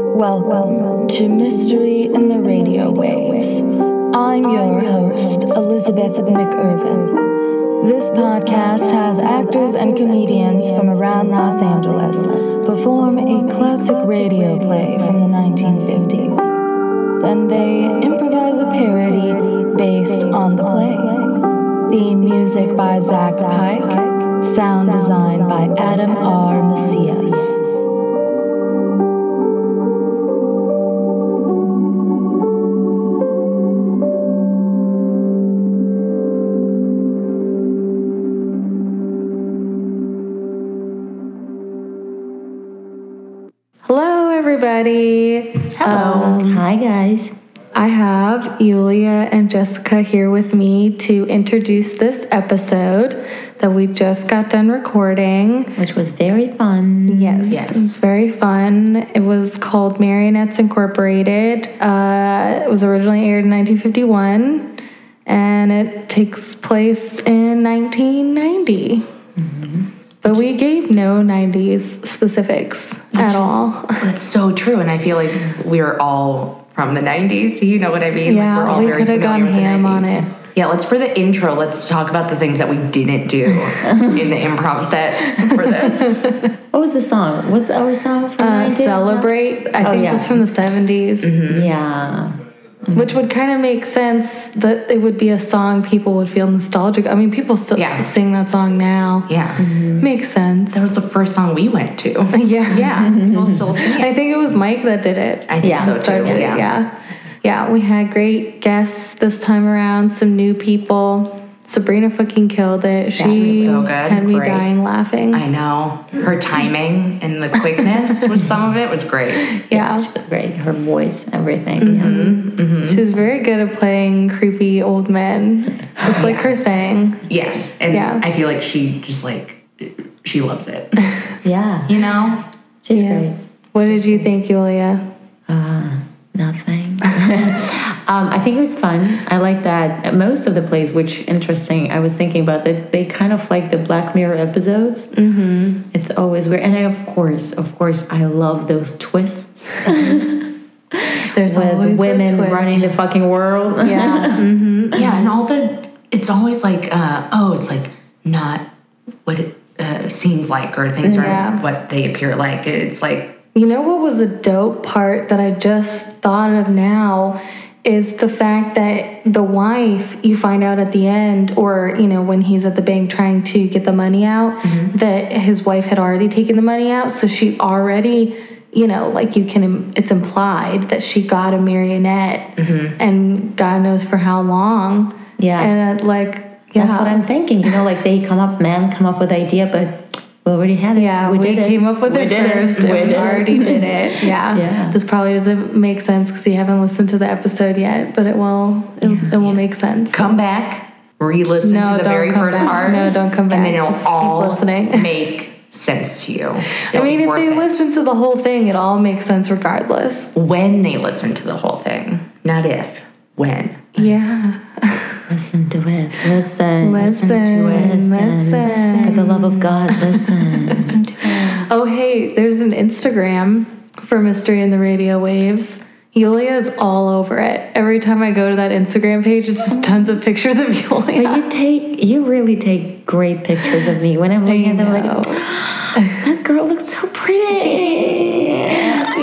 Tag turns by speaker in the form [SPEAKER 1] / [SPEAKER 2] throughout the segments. [SPEAKER 1] Welcome to Mystery in the Radio Waves. I'm your host, Elizabeth McIrvin. This podcast has actors and comedians from around Los Angeles perform a classic radio play from the 1950s. Then they improvise a parody based on the play. Theme music by Zach Pike, sound design by Adam R. Macias. everybody.
[SPEAKER 2] Hello. Um, Hi, guys.
[SPEAKER 1] I have Yulia and Jessica here with me to introduce this episode that we just got done recording.
[SPEAKER 2] Which was very fun.
[SPEAKER 1] Yes. Yes. It was very fun. It was called Marionettes Incorporated. Uh, it was originally aired in 1951 and it takes place in 1990. Mm-hmm. But we gave no 90s specifics Which at all.
[SPEAKER 3] Is, that's so true. And I feel like we're all from the 90s. You know what I mean?
[SPEAKER 1] Yeah,
[SPEAKER 3] like we're all
[SPEAKER 1] we could have gone ham on it. Uh,
[SPEAKER 3] Yeah, let's for the intro, let's talk about the things that we didn't do in the improv set for this.
[SPEAKER 2] what was the song? What was our song from
[SPEAKER 1] uh, Celebrate. I oh, think yeah. it's from the 70s.
[SPEAKER 2] Mm-hmm. Yeah.
[SPEAKER 1] Mm-hmm. Which would kind of make sense that it would be a song people would feel nostalgic. I mean, people still yeah. sing that song now.
[SPEAKER 3] Yeah,
[SPEAKER 1] mm-hmm. makes sense.
[SPEAKER 3] That was the first song we went to.
[SPEAKER 1] yeah,
[SPEAKER 3] yeah. People still sing
[SPEAKER 1] it. I think it was Mike that did it.
[SPEAKER 3] I think yeah. so too.
[SPEAKER 1] Yeah. yeah. yeah, yeah. We had great guests this time around. Some new people. Sabrina fucking killed it. She
[SPEAKER 3] so
[SPEAKER 1] had me
[SPEAKER 3] great.
[SPEAKER 1] dying laughing.
[SPEAKER 3] I know. Her timing and the quickness with some of it was great.
[SPEAKER 1] Yeah.
[SPEAKER 2] yeah she was great. Her voice, everything.
[SPEAKER 3] Mm-hmm. Yeah. Mm-hmm.
[SPEAKER 1] She's very good at playing creepy old men. It's like yes. her thing.
[SPEAKER 3] Yes. And yeah. I feel like she just like, she loves it.
[SPEAKER 2] yeah.
[SPEAKER 3] You know?
[SPEAKER 2] She's yeah. great.
[SPEAKER 1] What did you think, Yulia?
[SPEAKER 2] Uh, nothing. Um, I think it was fun. I like that most of the plays, which interesting. I was thinking about that they kind of like the Black Mirror episodes.
[SPEAKER 1] Mm-hmm.
[SPEAKER 2] It's always weird, and I of course, of course, I love those twists.
[SPEAKER 1] There's
[SPEAKER 2] with women
[SPEAKER 1] twist.
[SPEAKER 2] running the fucking world.
[SPEAKER 3] Yeah, mm-hmm. yeah, and all the it's always like uh, oh, it's like not what it uh, seems like, or things yeah. aren't what they appear like. It's like.
[SPEAKER 1] You know what was a dope part that I just thought of now is the fact that the wife you find out at the end or you know when he's at the bank trying to get the money out mm-hmm. that his wife had already taken the money out so she already you know like you can it's implied that she got a marionette
[SPEAKER 3] mm-hmm.
[SPEAKER 1] and god knows for how long
[SPEAKER 2] yeah
[SPEAKER 1] and uh, like yeah.
[SPEAKER 2] that's what i'm thinking you know like they come up men come up with idea but we already had it.
[SPEAKER 1] Yeah,
[SPEAKER 2] we,
[SPEAKER 1] we came
[SPEAKER 2] it.
[SPEAKER 1] up with we it first. It. We, we already did it. Yeah.
[SPEAKER 2] yeah.
[SPEAKER 1] This probably doesn't make sense because you haven't listened to the episode yet, but it will. It, yeah. it will yeah. make sense.
[SPEAKER 3] Come back, re-listen
[SPEAKER 1] no,
[SPEAKER 3] to the very first
[SPEAKER 1] back.
[SPEAKER 3] part.
[SPEAKER 1] No, don't come back.
[SPEAKER 3] And then it'll
[SPEAKER 1] Just
[SPEAKER 3] all
[SPEAKER 1] listening.
[SPEAKER 3] make sense to you.
[SPEAKER 1] It'll I mean, if they it. listen to the whole thing, it all makes sense regardless.
[SPEAKER 3] When they listen to the whole thing, not if. When.
[SPEAKER 1] Yeah.
[SPEAKER 2] listen to it. Listen.
[SPEAKER 1] Listen, listen
[SPEAKER 2] to it.
[SPEAKER 1] Listen. listen.
[SPEAKER 2] For the love of God, listen.
[SPEAKER 3] listen to it.
[SPEAKER 1] Oh, hey, there's an Instagram for Mystery in the Radio Waves. Yulia is all over it. Every time I go to that Instagram page, it's just tons of pictures of Yulia.
[SPEAKER 2] But you take, you really take great pictures of me. When I'm looking at them, I'm like, oh, that girl looks so pretty.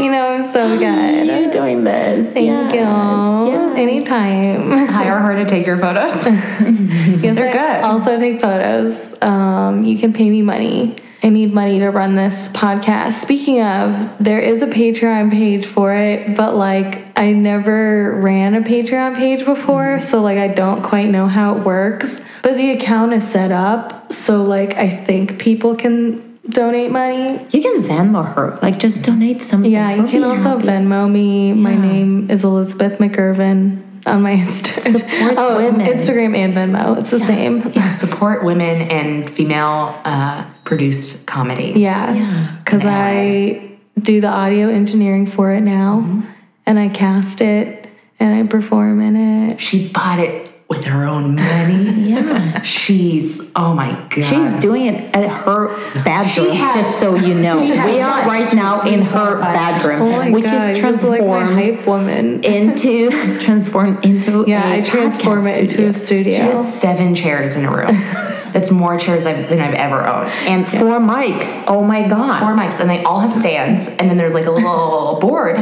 [SPEAKER 1] you know, I'm so good.
[SPEAKER 2] You're doing this.
[SPEAKER 1] Thank yes. you. Yeah. Anytime.
[SPEAKER 3] Hire her to take your photos.
[SPEAKER 1] yes,
[SPEAKER 3] They're
[SPEAKER 1] I
[SPEAKER 3] good.
[SPEAKER 1] Also take photos. Um, you can pay me money. I need money to run this podcast. Speaking of, there is a Patreon page for it, but like I never ran a Patreon page before, mm.
[SPEAKER 2] Mm-hmm.
[SPEAKER 1] so like I don't quite know how it works. But the account is set up, so like I think people can donate money.
[SPEAKER 2] You can Venmo her. Like just donate something.
[SPEAKER 1] Yeah, you
[SPEAKER 2] I'll
[SPEAKER 1] can also
[SPEAKER 2] happy.
[SPEAKER 1] Venmo me. My
[SPEAKER 2] yeah.
[SPEAKER 1] name is Elizabeth McIrvin on my Instagram.
[SPEAKER 2] oh, women.
[SPEAKER 1] Instagram and Venmo. It's the
[SPEAKER 3] yeah.
[SPEAKER 1] same.
[SPEAKER 3] Yeah, support women and female uh, produced comedy.
[SPEAKER 1] Yeah. Because yeah. I do the audio engineering for it now mm-hmm. and I cast it and I perform in it.
[SPEAKER 3] She bought it with her own money.
[SPEAKER 2] Yeah.
[SPEAKER 3] She's oh my god.
[SPEAKER 4] She's doing it at her bedroom,
[SPEAKER 3] She has-
[SPEAKER 4] just so you know.
[SPEAKER 3] She has
[SPEAKER 4] We are
[SPEAKER 3] not
[SPEAKER 4] right now in her
[SPEAKER 3] qualified.
[SPEAKER 4] bedroom,
[SPEAKER 1] Oh my
[SPEAKER 4] which
[SPEAKER 1] God,
[SPEAKER 4] is
[SPEAKER 1] you're just like my
[SPEAKER 4] transformed
[SPEAKER 1] hype woman.
[SPEAKER 4] into transformed into
[SPEAKER 1] yeah,
[SPEAKER 4] a
[SPEAKER 1] I transform
[SPEAKER 4] podcast
[SPEAKER 1] it into
[SPEAKER 4] studio.
[SPEAKER 1] a studio.
[SPEAKER 3] She has seven chairs in a room. That's more chairs I've, than I've ever owned.
[SPEAKER 4] and four mics. Oh my god!
[SPEAKER 3] Four mics, and they all have stands, and then there's like a little board.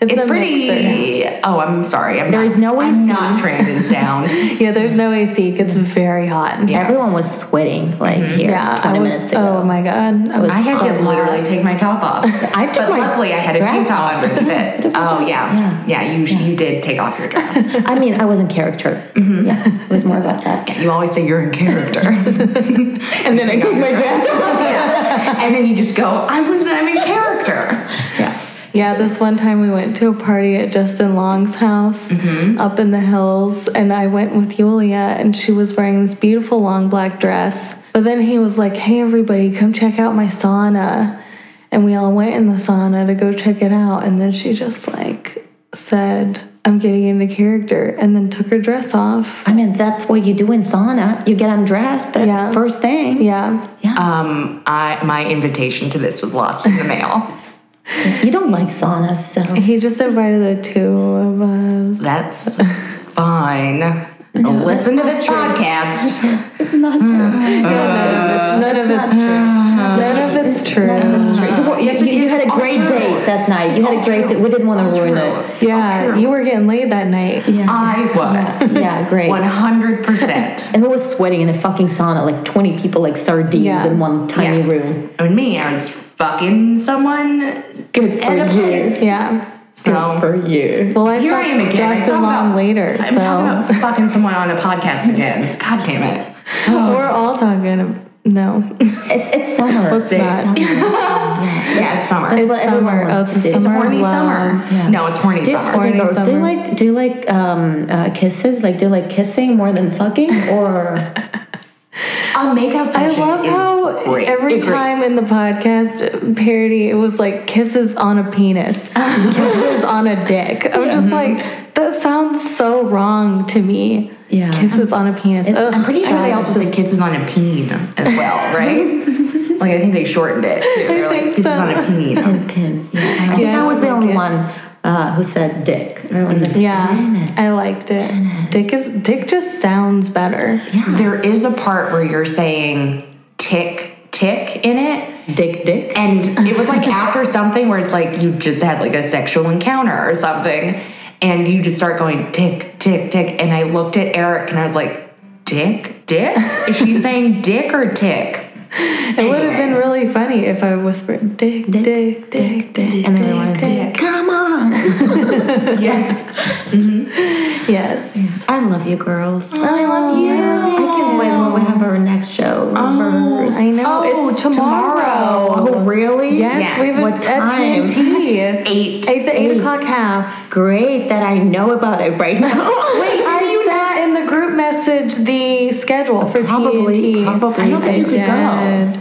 [SPEAKER 3] It's,
[SPEAKER 1] It's a
[SPEAKER 3] pretty. Oh, I'm sorry. I'm
[SPEAKER 4] There is
[SPEAKER 3] not,
[SPEAKER 4] no way
[SPEAKER 3] I'm
[SPEAKER 4] to-
[SPEAKER 3] not trained in sound.
[SPEAKER 1] yeah, there's no AC. It gets very hot.
[SPEAKER 3] Yeah. Mm-hmm.
[SPEAKER 4] Everyone was sweating like here
[SPEAKER 1] Yeah,
[SPEAKER 4] 20
[SPEAKER 1] I was.
[SPEAKER 4] minutes ago.
[SPEAKER 1] Oh my god, I was.
[SPEAKER 3] I had
[SPEAKER 4] so
[SPEAKER 3] to literally take my top off.
[SPEAKER 4] I took
[SPEAKER 3] but
[SPEAKER 4] my
[SPEAKER 3] luckily I had a tank
[SPEAKER 4] dress
[SPEAKER 3] top
[SPEAKER 4] off.
[SPEAKER 3] underneath it. Oh yeah, yeah. you you did take off your dress.
[SPEAKER 4] I mean, I was in character.
[SPEAKER 1] Mm-hmm.
[SPEAKER 4] Yeah, it was more about that.
[SPEAKER 3] you always say you're in character, and then I take my dress off. yeah. And then you just go, I was I'm in character.
[SPEAKER 4] Yeah.
[SPEAKER 1] Yeah, this one time we went to a party at Justin Long's house
[SPEAKER 4] Mm-hmm.
[SPEAKER 1] up in the hills, and I went with Yulia, and she was wearing this beautiful long black dress. But then he was like, Hey, everybody, come check out my sauna. And we all went in the sauna to go check it out. And then she just like said, I'm getting into character, and then took her dress off.
[SPEAKER 4] I mean, that's what you do in sauna. You get undressed. That
[SPEAKER 1] Yeah.
[SPEAKER 4] first thing.
[SPEAKER 1] Yeah.
[SPEAKER 3] Um, I my invitation to this was lost in the mail.
[SPEAKER 4] You don't like saunas, so
[SPEAKER 1] He just invited the two of us.
[SPEAKER 3] That's fine.
[SPEAKER 4] Oh,
[SPEAKER 3] Listen to this podcast.
[SPEAKER 4] not true.
[SPEAKER 1] None of it's true. None of it's true.
[SPEAKER 4] You, you- you had a
[SPEAKER 3] It's all
[SPEAKER 4] great
[SPEAKER 3] true.
[SPEAKER 4] date that night. You had a
[SPEAKER 3] all
[SPEAKER 4] great
[SPEAKER 3] true.
[SPEAKER 4] date. We didn't want to ruin it.
[SPEAKER 3] True.
[SPEAKER 1] Yeah, you were getting laid that night.
[SPEAKER 4] Yeah.
[SPEAKER 3] I was
[SPEAKER 4] yeah, great.
[SPEAKER 3] one hundred percent.
[SPEAKER 4] And we was sweating in a fucking sauna, like 20 people, like sardines
[SPEAKER 1] Yeah.
[SPEAKER 4] in one tiny
[SPEAKER 3] Yeah.
[SPEAKER 4] room.
[SPEAKER 3] I mean, me, I was fucking someone
[SPEAKER 4] Good for
[SPEAKER 3] And a
[SPEAKER 4] you.
[SPEAKER 3] place.
[SPEAKER 1] Yeah.
[SPEAKER 4] Good
[SPEAKER 3] So
[SPEAKER 4] for you.
[SPEAKER 1] Well, I
[SPEAKER 3] here I am
[SPEAKER 1] fucked
[SPEAKER 3] again. I
[SPEAKER 1] Justin
[SPEAKER 3] talk
[SPEAKER 1] Long
[SPEAKER 3] about-
[SPEAKER 1] later,
[SPEAKER 3] I'm talking
[SPEAKER 1] so
[SPEAKER 3] about fucking someone on a podcast again. God damn it.
[SPEAKER 1] we're all talking. ab- No,
[SPEAKER 4] It's, it's summer.
[SPEAKER 1] Let's not.
[SPEAKER 3] Yeah, it's summer.
[SPEAKER 4] That's
[SPEAKER 3] It's
[SPEAKER 4] what everyone
[SPEAKER 1] summer.
[SPEAKER 4] wants
[SPEAKER 1] Oh, it's
[SPEAKER 4] to
[SPEAKER 1] a
[SPEAKER 4] do.
[SPEAKER 1] summer.
[SPEAKER 3] horny
[SPEAKER 1] love.
[SPEAKER 3] summer.
[SPEAKER 4] Yeah.
[SPEAKER 3] No, it's horny
[SPEAKER 4] Do,
[SPEAKER 3] summer.
[SPEAKER 4] okay,
[SPEAKER 1] Horny
[SPEAKER 4] girls, do you
[SPEAKER 1] summer.
[SPEAKER 4] like do you like um, uh, kisses? Like do you like kissing more than fucking, or
[SPEAKER 3] A makeout
[SPEAKER 1] I
[SPEAKER 3] session
[SPEAKER 1] love
[SPEAKER 3] is
[SPEAKER 1] how
[SPEAKER 3] great.
[SPEAKER 1] every
[SPEAKER 3] It's great.
[SPEAKER 1] time in the podcast parody, it was like kisses on a penis, kisses on a dick. I'm just like, that sounds so wrong to me.
[SPEAKER 4] Yeah.
[SPEAKER 1] kisses on a penis. Ugh,
[SPEAKER 3] I'm pretty sure they
[SPEAKER 1] God,
[SPEAKER 3] also
[SPEAKER 1] it's
[SPEAKER 3] said kisses on a peen as well, right? like I think they shortened it too. They're like
[SPEAKER 1] think
[SPEAKER 3] kisses
[SPEAKER 1] so.
[SPEAKER 3] on a peen.
[SPEAKER 4] pin? pin. Yeah. I think
[SPEAKER 1] Yeah,
[SPEAKER 4] I was the
[SPEAKER 1] like
[SPEAKER 4] only
[SPEAKER 1] it.
[SPEAKER 4] one uh, who said dick. I was like,
[SPEAKER 1] Yeah,
[SPEAKER 4] "Damn it."
[SPEAKER 1] I liked it. Dick is dick just sounds better.
[SPEAKER 3] There is a part where you're saying tick tick in it.
[SPEAKER 4] dick, dick.
[SPEAKER 3] And it was like after something where it's like you just had like a sexual encounter or something, and you just start going tick, tick, tick. And I looked at Eric and I was like, Dick, dick? Is she saying dick or tick?
[SPEAKER 1] It would have been really funny if I whispered dick, dick, dick, dick, dick,
[SPEAKER 4] and everyone
[SPEAKER 1] dick.
[SPEAKER 4] Come on!
[SPEAKER 3] Yes.
[SPEAKER 1] Yes.
[SPEAKER 4] I love you, girls.
[SPEAKER 1] Oh,
[SPEAKER 4] I love you. I can't wait when we have our next show. rehearse.
[SPEAKER 1] Oh, I know
[SPEAKER 3] Oh,
[SPEAKER 1] it's tomorrow.
[SPEAKER 4] Oh, really?
[SPEAKER 1] Yes,
[SPEAKER 3] Yes.
[SPEAKER 1] we have a-
[SPEAKER 4] What
[SPEAKER 1] a
[SPEAKER 4] time?
[SPEAKER 1] TNT.
[SPEAKER 3] Eight.
[SPEAKER 1] Eight the eight, o'clock half.
[SPEAKER 4] Great that I know about it right now.
[SPEAKER 1] Wait, I sent in the group message the schedule for
[SPEAKER 4] Probably,
[SPEAKER 1] TNT.
[SPEAKER 4] probably.
[SPEAKER 3] I don't think you could
[SPEAKER 1] did.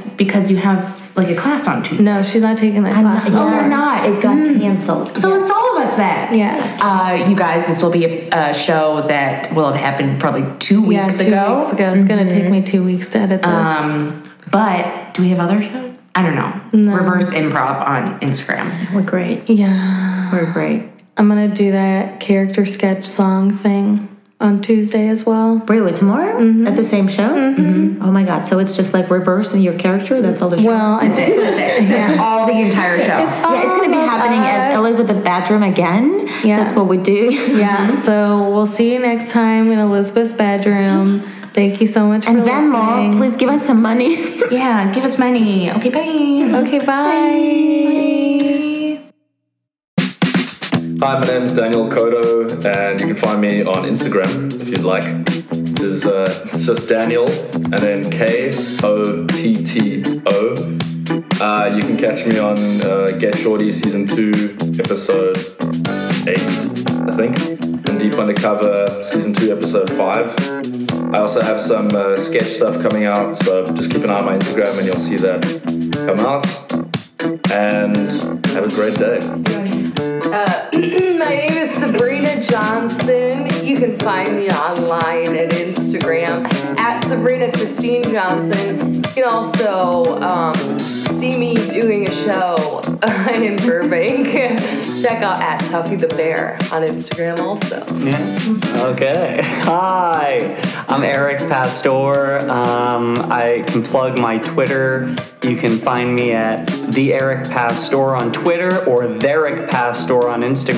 [SPEAKER 3] go because you have like a class on Tuesday.
[SPEAKER 1] No, she's not taking that
[SPEAKER 4] I'm
[SPEAKER 1] class.
[SPEAKER 4] not,
[SPEAKER 1] no
[SPEAKER 4] yes,
[SPEAKER 3] you're not.
[SPEAKER 4] It got canceled.
[SPEAKER 3] So it's all of us then.
[SPEAKER 1] Yes.
[SPEAKER 3] Uh, you guys, this will be a, a show that will have happened probably two
[SPEAKER 1] Yeah,
[SPEAKER 3] weeks
[SPEAKER 1] two
[SPEAKER 3] ago.
[SPEAKER 1] weeks ago. It's gonna
[SPEAKER 4] Mm-hmm.
[SPEAKER 1] take me two weeks to edit this.
[SPEAKER 3] Um, but do we have other shows? I don't know. Reverse improv on Instagram.
[SPEAKER 4] We're great.
[SPEAKER 1] yeah,
[SPEAKER 4] We're great.
[SPEAKER 1] I'm gonna do that character sketch song thing on Tuesday as well.
[SPEAKER 4] Really, tomorrow at the same show? Mm-hmm. Oh my god! So it's just like reversing your character. That's all the show.
[SPEAKER 1] Well, I
[SPEAKER 3] That's it. That's it. That's all the entire show.
[SPEAKER 4] yeah, it's going to be
[SPEAKER 1] all about
[SPEAKER 4] happening at
[SPEAKER 1] us.
[SPEAKER 4] Elizabeth Bedroom Mm-hmm. again.
[SPEAKER 1] Yeah.
[SPEAKER 4] that's what we do.
[SPEAKER 1] Yeah, so we'll see you next time in Elizabeth's bedroom. Thank you so much
[SPEAKER 4] And
[SPEAKER 1] for
[SPEAKER 4] Venmo,
[SPEAKER 1] listening.
[SPEAKER 4] please give us some money.
[SPEAKER 3] Yeah, give us money. Okay, bye.
[SPEAKER 1] Okay, bye.
[SPEAKER 5] Hi, my name's Daniel Kodo, and you can find me on Instagram if you'd like. This is, uh, it's just Daniel, and then K O T T O. Uh, You can catch me on uh, Get Shorty Season 2, Episode 8, I think, and Deep Undercover Season 2, Episode 5. I also have some uh, sketch stuff coming out, so just keep an eye on my Instagram and you'll see that come out. And have a great day.
[SPEAKER 6] Uh,
[SPEAKER 1] My name is Sabrina Johnson,
[SPEAKER 6] You can find me online at Instagram at Sabrina Christine Johnson. You can also um, see me doing a show in Burbank. Check out at Tuffy the Bear on Instagram also.
[SPEAKER 7] Yeah. Okay. Hi, I'm Eric Pastor. Um, I can plug my Twitter. You can find me at the Eric Pastor on Twitter or Theric Pastor on Instagram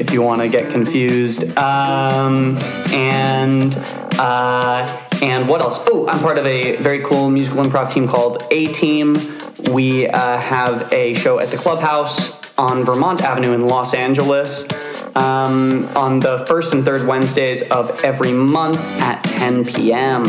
[SPEAKER 7] if you want to get confused. Um, and uh, and what else? Oh, I'm part of a very cool musical improv team called A Team. We uh, have a show at the Clubhouse on Vermont Avenue in Los Angeles um, on the first and third Wednesdays of every month at 10 p.m.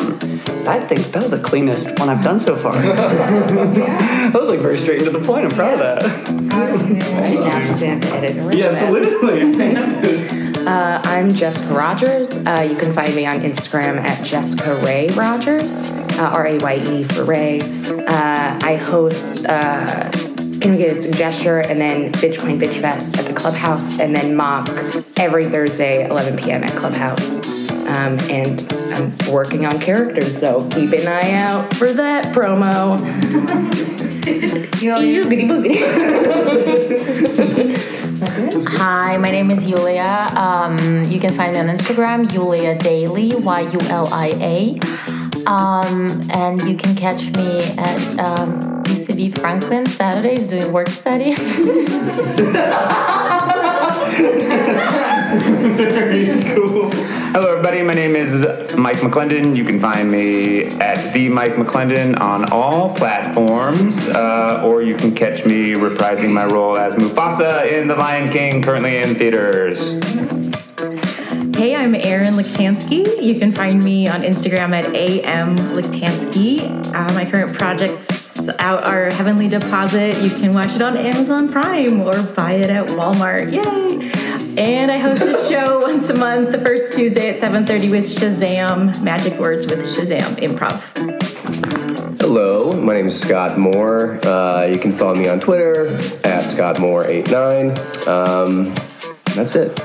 [SPEAKER 7] I think that was the cleanest one I've done so far. that was like very straight into the point. I'm proud of that.
[SPEAKER 3] Now she's gonna have to edit and
[SPEAKER 7] Yeah,
[SPEAKER 3] remove it.
[SPEAKER 7] absolutely.
[SPEAKER 3] Uh, I'm Jessica Rogers. Uh, you can find me on Instagram at Jessica Ray Rogers, uh, R A Y E for Ray. Uh, I host uh, Can We Get a Suggestion and then Bitcoin Bitch Fest at the Clubhouse and then Mock every Thursday, 11 p.m. at Clubhouse. Um, and I'm working on characters, so keep an eye out for that promo. Ew, goody boogity.
[SPEAKER 2] Hi, my name is Yulia. Um, you can find me on Instagram, Yulia Daily, Y U L I A. Um, and you can catch me at um, UCB Franklin Saturdays doing work study.
[SPEAKER 8] Hello, everybody. My name is Mike McClendon. You can find me at the Mike McClendon on all platforms, uh, or you can catch me reprising my role as Mufasa in The Lion King, currently in theaters.
[SPEAKER 9] Hey, I'm Erin Lichtansky. You can find me on Instagram at am Lichtansky. Uh, my current projects out are Heavenly Deposit. You can watch it on Amazon Prime or buy it at Walmart. Yay! And I host a show once a month, the first Tuesday at 7:30 with Shazam, Magic Words with Shazam Improv.
[SPEAKER 10] Hello, my name is Scott Moore. Uh, you can follow me on Twitter at scottmoore89. Um, that's it.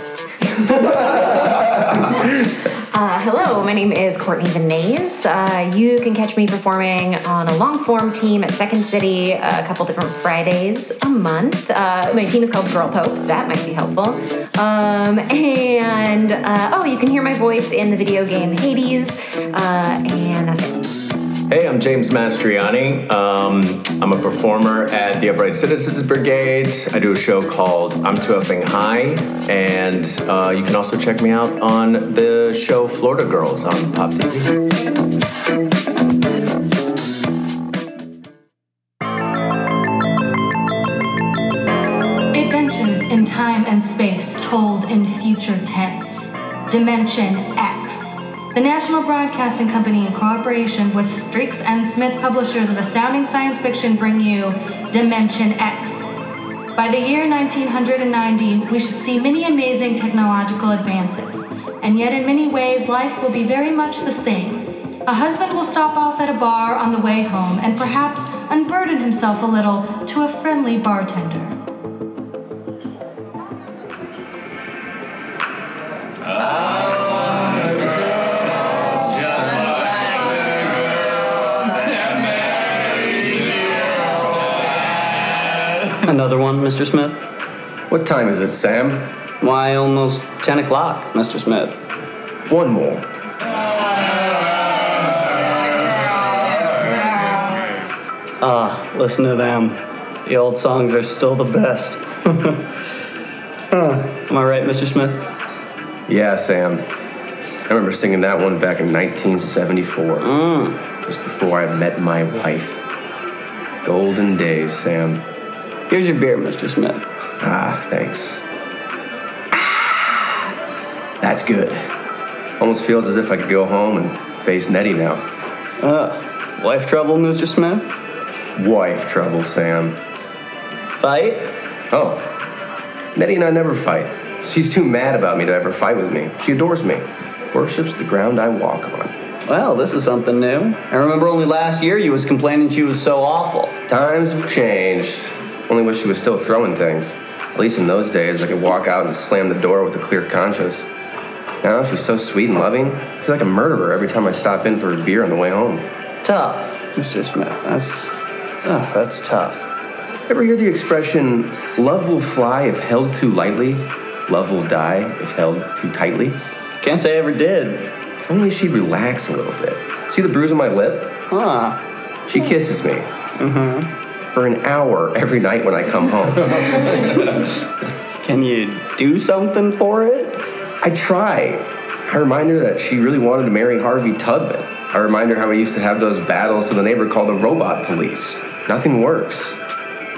[SPEAKER 11] Uh, hello, my name is Courtney Vanays. Uh, you can catch me performing on a long form team at Second City uh, a couple different Fridays a month. Uh, my team is called Girl Pope, that might be helpful. Um, and uh, oh, you can hear my voice in the video game Hades. Uh, and that's it.
[SPEAKER 12] Hey, I'm James Mastriani. Um, I'm a performer at the Upright Citizens Brigade. I do a show called I'm Too Effing High, and uh, you can also check me out on the show Florida Girls on Pop TV.
[SPEAKER 1] Adventures in time and space told in future tense. Dimension X. The National Broadcasting Company, in cooperation with Strix and Smith, publishers of astounding science fiction, bring you Dimension X. By the year 1990, we should see many amazing technological advances, and yet in many ways, life will be very much the same. A husband will stop off at a bar on the way home and perhaps unburden himself a little to a friendly bartender.
[SPEAKER 7] Another one, Mr. Smith.
[SPEAKER 10] What time is it, Sam?
[SPEAKER 7] Why, almost 10 o'clock, Mr. Smith.
[SPEAKER 10] One more.
[SPEAKER 7] Ah, listen to them. The old songs are still the best. Huh. Am I right, Mr. Smith?
[SPEAKER 10] Yeah, Sam. I remember singing that one back in 1974,
[SPEAKER 7] Mm.
[SPEAKER 10] just before I met my wife. Golden days, Sam.
[SPEAKER 7] Here's your beer, Mr. Smith.
[SPEAKER 10] Ah, thanks. Ah, That's good. Almost feels as if I could go home and face Nettie now.
[SPEAKER 7] Uh, wife trouble, Mr. Smith?
[SPEAKER 10] Wife trouble, Sam.
[SPEAKER 7] Fight?
[SPEAKER 10] Oh, Nettie and I never fight. She's too mad about me to ever fight with me. She adores me, worships the ground I walk on.
[SPEAKER 7] Well, this is something new. I remember only last year you was complaining she was so awful.
[SPEAKER 10] Times have changed. Only wish she was still throwing things. At least in those days, I could walk out and slam the door with a clear conscience. Now she's so sweet and loving. I feel like a murderer every time I stop in for a beer on the way home.
[SPEAKER 7] Tough, Mr. Smith. That's oh, that's tough.
[SPEAKER 10] Ever hear the expression, love will fly if held too lightly, love will die if held too tightly?
[SPEAKER 7] Can't say I ever did.
[SPEAKER 10] If only she'd relax a little bit. See the bruise on my lip?
[SPEAKER 7] Huh.
[SPEAKER 10] She kisses me. Mm-hmm. For an hour every night when I come home.
[SPEAKER 7] Can you do something for it?
[SPEAKER 10] I try. I remind her that she really wanted to marry Harvey Tubman. I remind her how we used to have those battles so the neighbor called the robot police. Nothing works.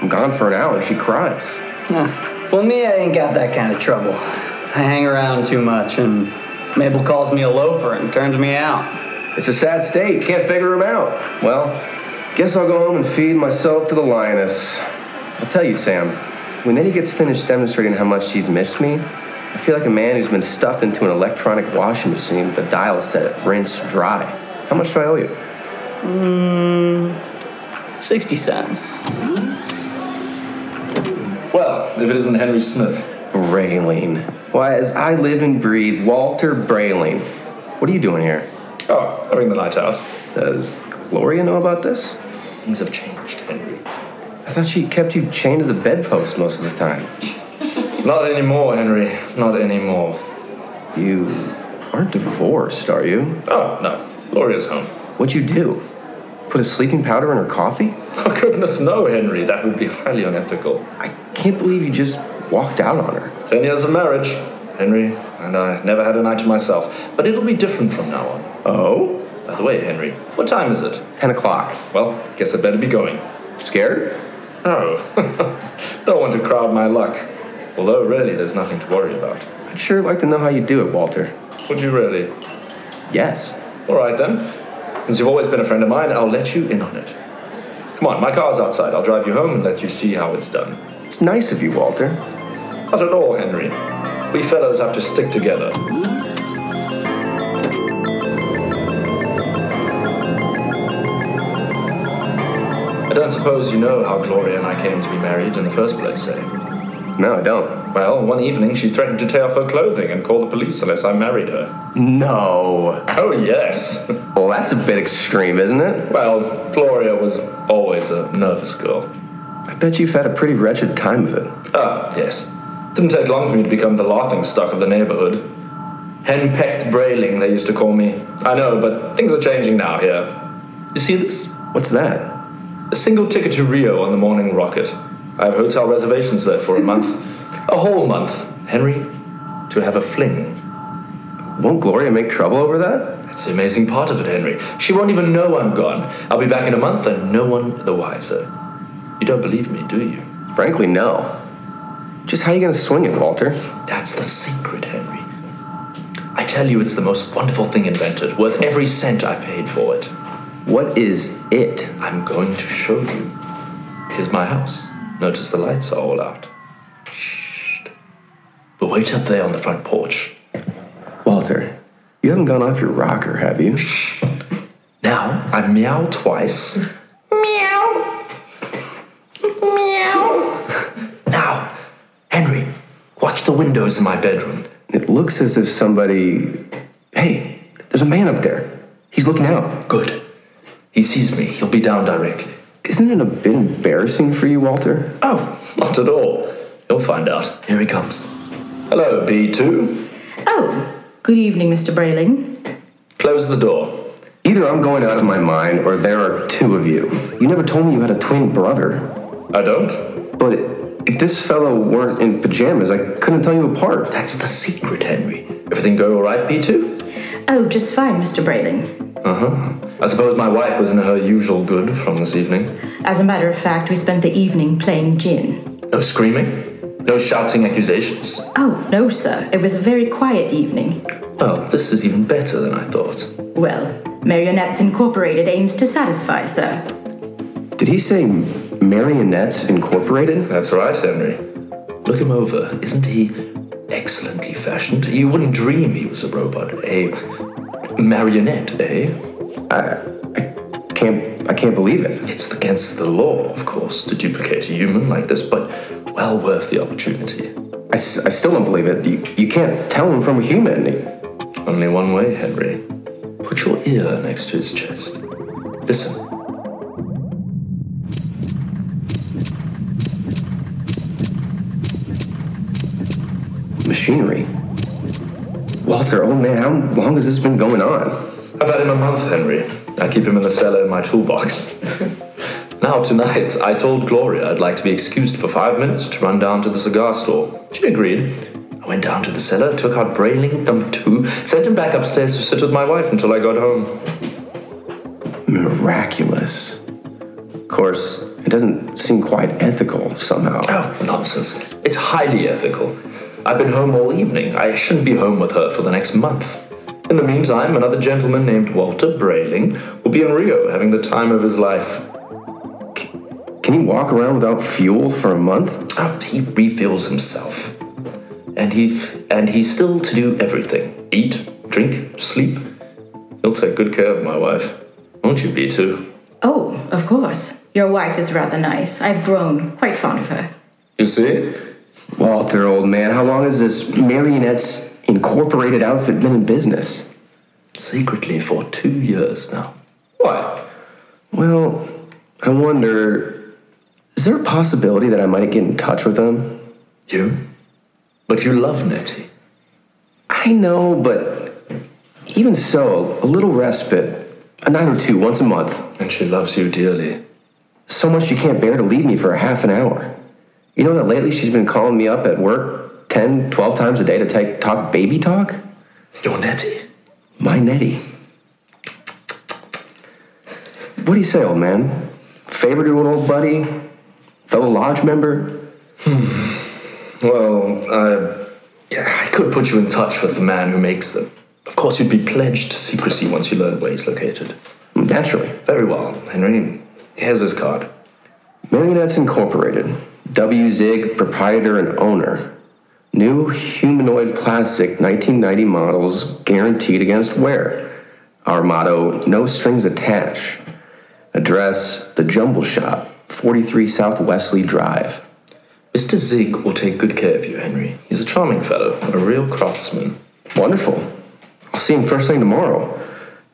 [SPEAKER 10] I'm gone for an hour. She cries.
[SPEAKER 7] Huh. Well, me, I ain't got that kind of trouble. I hang around too much, and Mabel calls me a loafer and turns me out.
[SPEAKER 10] It's a sad state. Can't figure him out. Well, guess I'll go home and feed myself to the lioness. I'll tell you, Sam, when Eddie gets finished demonstrating how much she's missed me, I feel like a man who's been stuffed into an electronic washing machine with the dial set rinse dry. How much do I owe you?
[SPEAKER 7] Mm, 60 cents.
[SPEAKER 5] Well, if it isn't Henry Smith.
[SPEAKER 10] Brayling. Why, as I live and breathe, Walter Brayling. What are you doing here?
[SPEAKER 5] Oh, having the night out.
[SPEAKER 10] Does Gloria know about this?
[SPEAKER 5] Things have changed, Henry.
[SPEAKER 10] I thought she kept you chained to the bedpost most of the time.
[SPEAKER 5] Not anymore, Henry. Not anymore.
[SPEAKER 10] You aren't divorced, are you?
[SPEAKER 5] Oh, no. Gloria's home.
[SPEAKER 10] What'd you do? Put a sleeping powder in her coffee?
[SPEAKER 5] Oh, goodness, no, Henry. That would be highly unethical.
[SPEAKER 10] I can't believe you just walked out on her.
[SPEAKER 5] Ten years of marriage, Henry, and I never had a night to myself. But it'll be different from now on.
[SPEAKER 10] Oh?
[SPEAKER 5] By the way, Henry, what time is it?
[SPEAKER 10] Ten o'clock.
[SPEAKER 5] Well, guess I better be going.
[SPEAKER 10] Scared?
[SPEAKER 5] No. Don't want to crowd my luck. Although, really, there's nothing to worry about.
[SPEAKER 10] I'd sure like to know how you do it, Walter.
[SPEAKER 5] Would you really?
[SPEAKER 10] Yes.
[SPEAKER 5] All right, then. Since you've always been a friend of mine, I'll let you in on it. Come on, my car's outside. I'll drive you home and let you see how it's done.
[SPEAKER 10] It's nice of you, Walter.
[SPEAKER 5] Not at all, Henry. We fellows have to stick together. I don't suppose you know how Gloria and I came to be married in the first place, eh?
[SPEAKER 10] No, I don't.
[SPEAKER 5] Well, one evening she threatened to tear off her clothing and call the police unless I married her.
[SPEAKER 10] No.
[SPEAKER 5] Oh, yes.
[SPEAKER 10] Well, that's a bit extreme, isn't it?
[SPEAKER 5] Well, Gloria was always a nervous girl.
[SPEAKER 10] I bet you've had a pretty wretched time of it.
[SPEAKER 5] Ah, yes. Didn't take long for me to become the laughing stock of the neighborhood. Henpecked Brailing, they used to call me. I know, but things are changing now here. You see this?
[SPEAKER 10] What's that?
[SPEAKER 5] A single ticket to Rio on the morning rocket. I have hotel reservations there for a month. a whole month, Henry, to have a fling.
[SPEAKER 10] Won't Gloria make trouble over that?
[SPEAKER 5] That's the amazing part of it, Henry. She won't even know I'm gone. I'll be back in a month and no one the wiser. You don't believe me, do you?
[SPEAKER 10] Frankly, no. Just how you gonna swing it, Walter?
[SPEAKER 5] That's the secret, Henry. I tell you, it's the most wonderful thing invented, worth every cent I paid for it.
[SPEAKER 10] What is it?
[SPEAKER 5] I'm going to show you. Here's my house. Notice the lights are all out. Shh. But wait up there on the front porch.
[SPEAKER 10] Walter, you haven't gone off your rocker, have you?
[SPEAKER 5] Shh. Now I meow twice. meow. meow. Now, Henry, watch the windows in my bedroom.
[SPEAKER 10] It looks as if somebody. Hey, there's a man up there. He's looking out.
[SPEAKER 5] Good. He sees me. He'll be down directly.
[SPEAKER 10] Isn't it a bit embarrassing for you, Walter?
[SPEAKER 5] Oh, not at all. You'll find out. Here he comes. Hello, B2.
[SPEAKER 9] Oh, good evening, Mr. Brayling.
[SPEAKER 5] Close the door.
[SPEAKER 10] Either I'm going out of my mind or there are two of you. You never told me you had a twin brother.
[SPEAKER 5] I don't?
[SPEAKER 10] But if this fellow weren't in pajamas, I couldn't tell you apart.
[SPEAKER 5] That's the secret, Henry. Everything go all right, B2?
[SPEAKER 9] Oh, just fine, Mr. Brayling.
[SPEAKER 5] Uh huh. I suppose my wife was in her usual good from this evening.
[SPEAKER 9] As a matter of fact, we spent the evening playing gin.
[SPEAKER 5] No screaming? No shouting accusations?
[SPEAKER 9] Oh, no, sir. It was a very quiet evening.
[SPEAKER 5] Oh, this is even better than I thought.
[SPEAKER 9] Well, Marionettes Incorporated aims to satisfy, sir.
[SPEAKER 10] Did he say Marionettes Incorporated?
[SPEAKER 5] That's right, Henry. Look him over. Isn't he excellently fashioned? You wouldn't dream he was a robot, a marionette, eh?
[SPEAKER 10] I, I can't I can't believe it.
[SPEAKER 5] It's against the law, of course, to duplicate a human like this, but well worth the opportunity.
[SPEAKER 10] I, s- I still don't believe it. You, you can't tell him from a human.
[SPEAKER 5] Only one way, Henry. Put your ear next to his chest. Listen.
[SPEAKER 10] Machinery. Walter, oh man, how long has this been going on?
[SPEAKER 5] I've had him a month, Henry. I keep him in the cellar in my toolbox. now, tonight, I told Gloria I'd like to be excused for five minutes to run down to the cigar store. She agreed. I went down to the cellar, took out Brayling number two, sent him back upstairs to sit with my wife until I got home.
[SPEAKER 10] Miraculous. Of course, it doesn't seem quite ethical somehow.
[SPEAKER 5] Oh, nonsense. It's highly ethical. I've been home all evening. I shouldn't be home with her for the next month. In the meantime, another gentleman named Walter Brayling will be in Rio having the time of his life.
[SPEAKER 10] Can he walk around without fuel for a month?
[SPEAKER 5] Oh, he refuels himself. And he and he's still to do everything. Eat, drink, sleep. He'll take good care of my wife. Won't you be too?
[SPEAKER 9] Oh, of course. Your wife is rather nice. I've grown quite fond of her.
[SPEAKER 5] You see?
[SPEAKER 10] Walter, old man, how long has this Marionettes Incorporated outfit been in business?
[SPEAKER 5] Secretly for two years now. Why?
[SPEAKER 10] Well, I wonder is there a possibility that I might get in touch with them?
[SPEAKER 5] You? But you love Nettie.
[SPEAKER 10] I know, but even so, a little respite, a night or two once a month.
[SPEAKER 5] And she loves you dearly.
[SPEAKER 10] So much she can't bear to leave me for a half an hour. You know that lately she's been calling me up at work 10, 12 times a day to take, talk baby talk?
[SPEAKER 5] Your Nettie?
[SPEAKER 10] My Nettie. What do you say, old man? Favor to an old buddy? Fellow lodge member?
[SPEAKER 5] Well, I, yeah, I could put you in touch with the man who makes them. Of course, you'd be pledged to secrecy once you learned where he's located.
[SPEAKER 10] Naturally.
[SPEAKER 5] Very well, Henry. Here's his card.
[SPEAKER 10] Marionettes Incorporated. W. Zig, proprietor and owner. New humanoid plastic 1990 models guaranteed against wear. Our motto, no strings attached. Address, The Jumble Shop, 43 South Wesley Drive.
[SPEAKER 5] Mr. Zig will take good care of you, Henry. He's a charming fellow, a real craftsman.
[SPEAKER 10] Wonderful. I'll see him first thing tomorrow.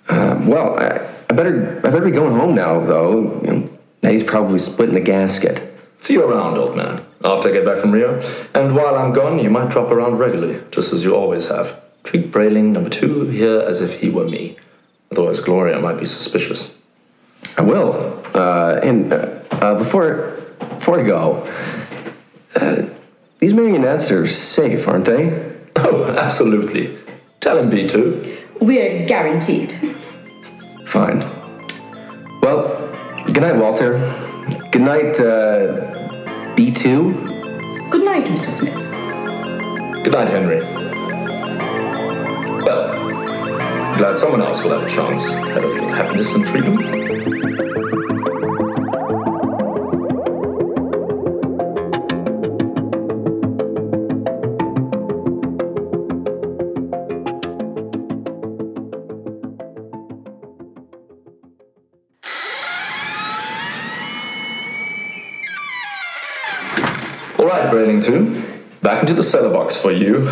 [SPEAKER 10] Uh, well, I, I better I better be going home now, though. You know, Nettie's probably splitting a gasket.
[SPEAKER 5] See you around, old man, after I get back from Rio. And while I'm gone, you might drop around regularly, just as you always have. Treat Brayling number two here as if he were me. Otherwise, Gloria might be suspicious.
[SPEAKER 10] I will. Uh, and uh, uh, before before I go, uh, these marionettes are safe, aren't they?
[SPEAKER 5] Oh, absolutely. Tell him, B2.
[SPEAKER 9] We're guaranteed.
[SPEAKER 10] Fine. Well, good night, Walter. Good night, uh, B2.
[SPEAKER 9] Good night, Mr. Smith.
[SPEAKER 5] Good night, Henry. Well, glad someone else will have a chance at a little happiness and freedom. All right, Braining Two, back into the cellar box for you.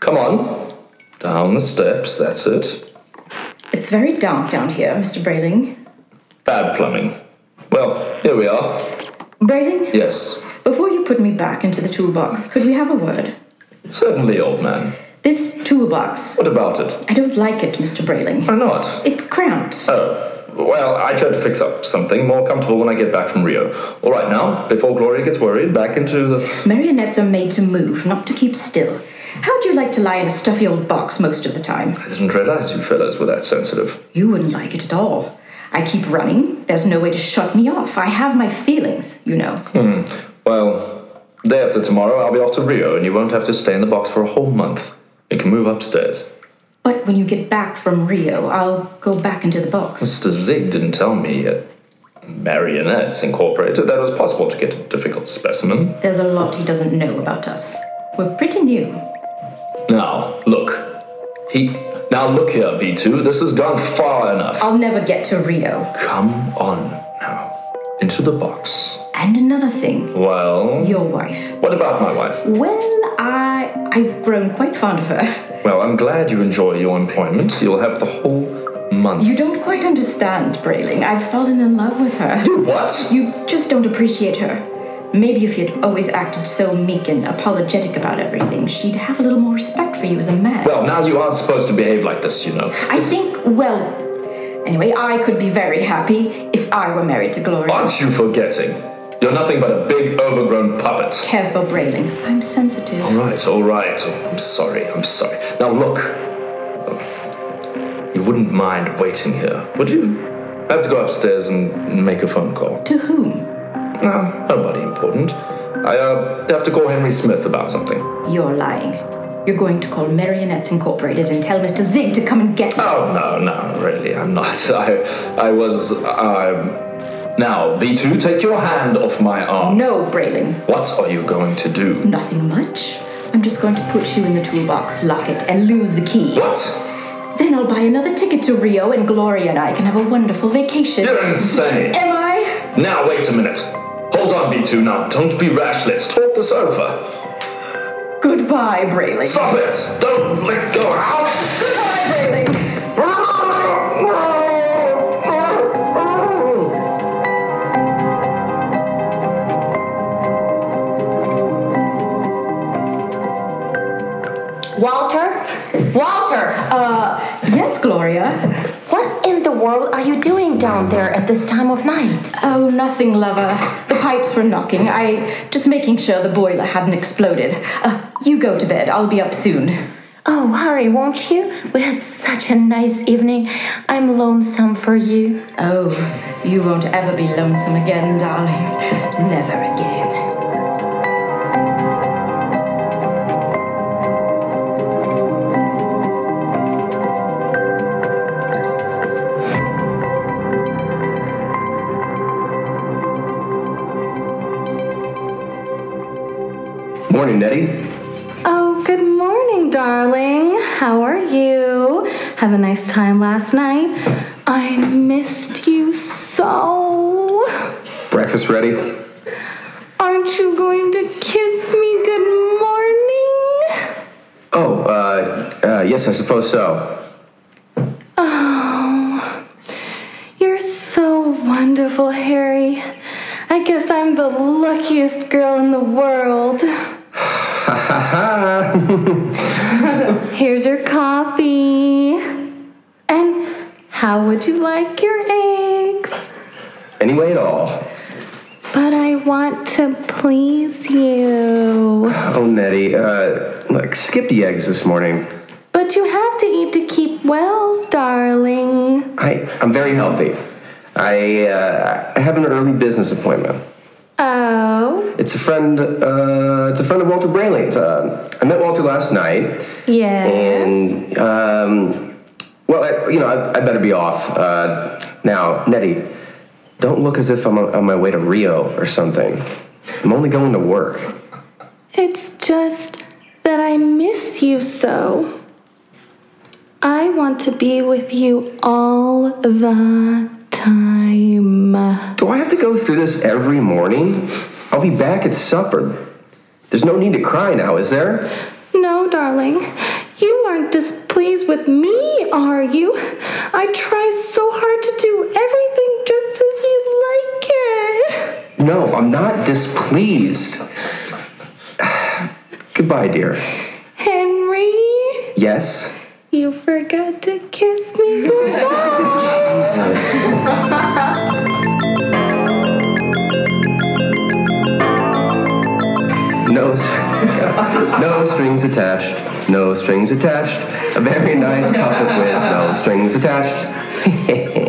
[SPEAKER 5] Come on, down the steps. That's it.
[SPEAKER 9] It's very dark down here, Mr. Brayling.
[SPEAKER 5] Bad plumbing. Well, here we are.
[SPEAKER 9] Brayling,
[SPEAKER 5] Yes,
[SPEAKER 9] before you put me back into the toolbox, could we have a word?
[SPEAKER 5] certainly, old man.
[SPEAKER 9] This toolbox,
[SPEAKER 5] What about it?
[SPEAKER 9] I don't like it, Mr. Brayling.
[SPEAKER 5] Why not?
[SPEAKER 9] It's cramped.
[SPEAKER 5] Oh, well, I tried to fix up something more comfortable when I get back from Rio. All right, now, before Gloria gets worried, back into the.
[SPEAKER 9] Marionettes are made to move, not to keep still. How do you like to lie in a stuffy old box most of the time?
[SPEAKER 5] I didn't realize you fellas were that sensitive.
[SPEAKER 9] You wouldn't like it at all. I keep running. There's no way to shut me off. I have my feelings, you know.
[SPEAKER 5] Hmm. Well, day after tomorrow, I'll be off to Rio, and you won't have to stay in the box for a whole month. You can move upstairs.
[SPEAKER 9] But when you get back from Rio, I'll go back into the box.
[SPEAKER 5] Mr. Zig didn't tell me at Marionettes Incorporated that it was possible to get a difficult specimen.
[SPEAKER 9] There's a lot he doesn't know about us. We're pretty new.
[SPEAKER 5] Now, look. He. Now, look here, B2. This has gone far enough.
[SPEAKER 9] I'll never get to Rio.
[SPEAKER 5] Come on now. Into the box.
[SPEAKER 9] And another thing,
[SPEAKER 5] Well.
[SPEAKER 9] your wife.
[SPEAKER 5] What about my wife?
[SPEAKER 9] Well, I I've grown quite fond of her.
[SPEAKER 5] Well, I'm glad you enjoy your employment. You'll have the whole month.
[SPEAKER 9] You don't quite understand, Brayling. I've fallen in love with her.
[SPEAKER 5] You what?
[SPEAKER 9] You just don't appreciate her. Maybe if you'd always acted so meek and apologetic about everything, she'd have a little more respect for you as a man.
[SPEAKER 5] Well, now you aren't supposed to behave like this, you know.
[SPEAKER 9] I think, well, anyway, I could be very happy if I were married to Gloria.
[SPEAKER 5] Aren't you forgetting? You're nothing but a big overgrown puppet.
[SPEAKER 9] Careful, Brayling. I'm sensitive.
[SPEAKER 5] All right, all right. Oh, I'm sorry, I'm sorry. Now look, you wouldn't mind waiting here, would you? I have to go upstairs and make a phone call.
[SPEAKER 9] To whom?
[SPEAKER 5] No, nobody important. I uh, have to call Henry Smith about something.
[SPEAKER 9] You're lying. You're going to call Marionettes Incorporated and tell Mr. Zig to come and get you.
[SPEAKER 5] Oh no, no, really, I'm not. I, I was. Um... Now, the two, take your hand off my arm.
[SPEAKER 9] No, Brayling.
[SPEAKER 5] What are you going to do?
[SPEAKER 9] Nothing much. I'm just going to put you in the toolbox, lock it, and lose the key.
[SPEAKER 5] What?
[SPEAKER 9] Then I'll buy another ticket to Rio, and Gloria and I can have a wonderful vacation.
[SPEAKER 5] You're insane.
[SPEAKER 9] Am I?
[SPEAKER 5] Now, wait a minute. Hold on, B2. Now, don't be rash. Let's talk this over.
[SPEAKER 9] Goodbye, Brayling.
[SPEAKER 5] Stop it! Don't let go. Ow!
[SPEAKER 9] Goodbye, Brayling.
[SPEAKER 13] Walter? Walter!
[SPEAKER 9] Uh, yes, Gloria.
[SPEAKER 13] What in the world are you doing down there at this time of night?
[SPEAKER 9] Oh, nothing, lover. The pipes were knocking. I just making sure the boiler hadn't exploded. Uh, you go to bed. I'll be up soon.
[SPEAKER 13] Oh, hurry, won't you? We had such a nice evening. I'm lonesome for you.
[SPEAKER 9] Oh, you won't ever be lonesome again, darling. Never again.
[SPEAKER 10] Morning, Nettie.
[SPEAKER 1] Oh, good morning, darling. How are you? Have a nice time last night. I missed you so.
[SPEAKER 10] Breakfast ready?
[SPEAKER 1] Aren't you going to kiss me good morning?
[SPEAKER 10] Oh, uh, uh, yes, I suppose so.
[SPEAKER 1] Oh, you're so wonderful, Harry. I guess I'm the luckiest girl in the world. Here's your coffee. And how would you like your eggs?
[SPEAKER 10] Anyway, at all.
[SPEAKER 1] But I want to please you.
[SPEAKER 10] Oh, Nettie, uh, look, skip the eggs this morning.
[SPEAKER 1] But you have to eat to keep well, darling.
[SPEAKER 10] I, I'm very healthy. I, uh, I have an early business appointment.
[SPEAKER 1] Oh,
[SPEAKER 10] It's a friend. Uh, it's a friend of Walter Brayling's. Uh, I met Walter last night,
[SPEAKER 1] yes.
[SPEAKER 10] and um, well, I, you know, I, I better be off uh, now. Nettie, don't look as if I'm on my way to Rio or something. I'm only going to work.
[SPEAKER 1] It's just that I miss you so. I want to be with you all the time.
[SPEAKER 10] Do I have to go through this every morning? I'll be back at supper. There's no need to cry now, is there?
[SPEAKER 1] No, darling, you aren't displeased with me, are you? I try so hard to do everything just as you like it.
[SPEAKER 10] No, I'm not displeased. Goodbye, dear.
[SPEAKER 1] Henry,
[SPEAKER 10] Yes.
[SPEAKER 1] you forgot to kiss me goodbye.
[SPEAKER 10] No, no strings attached. No strings attached. A very nice puppet with no strings attached.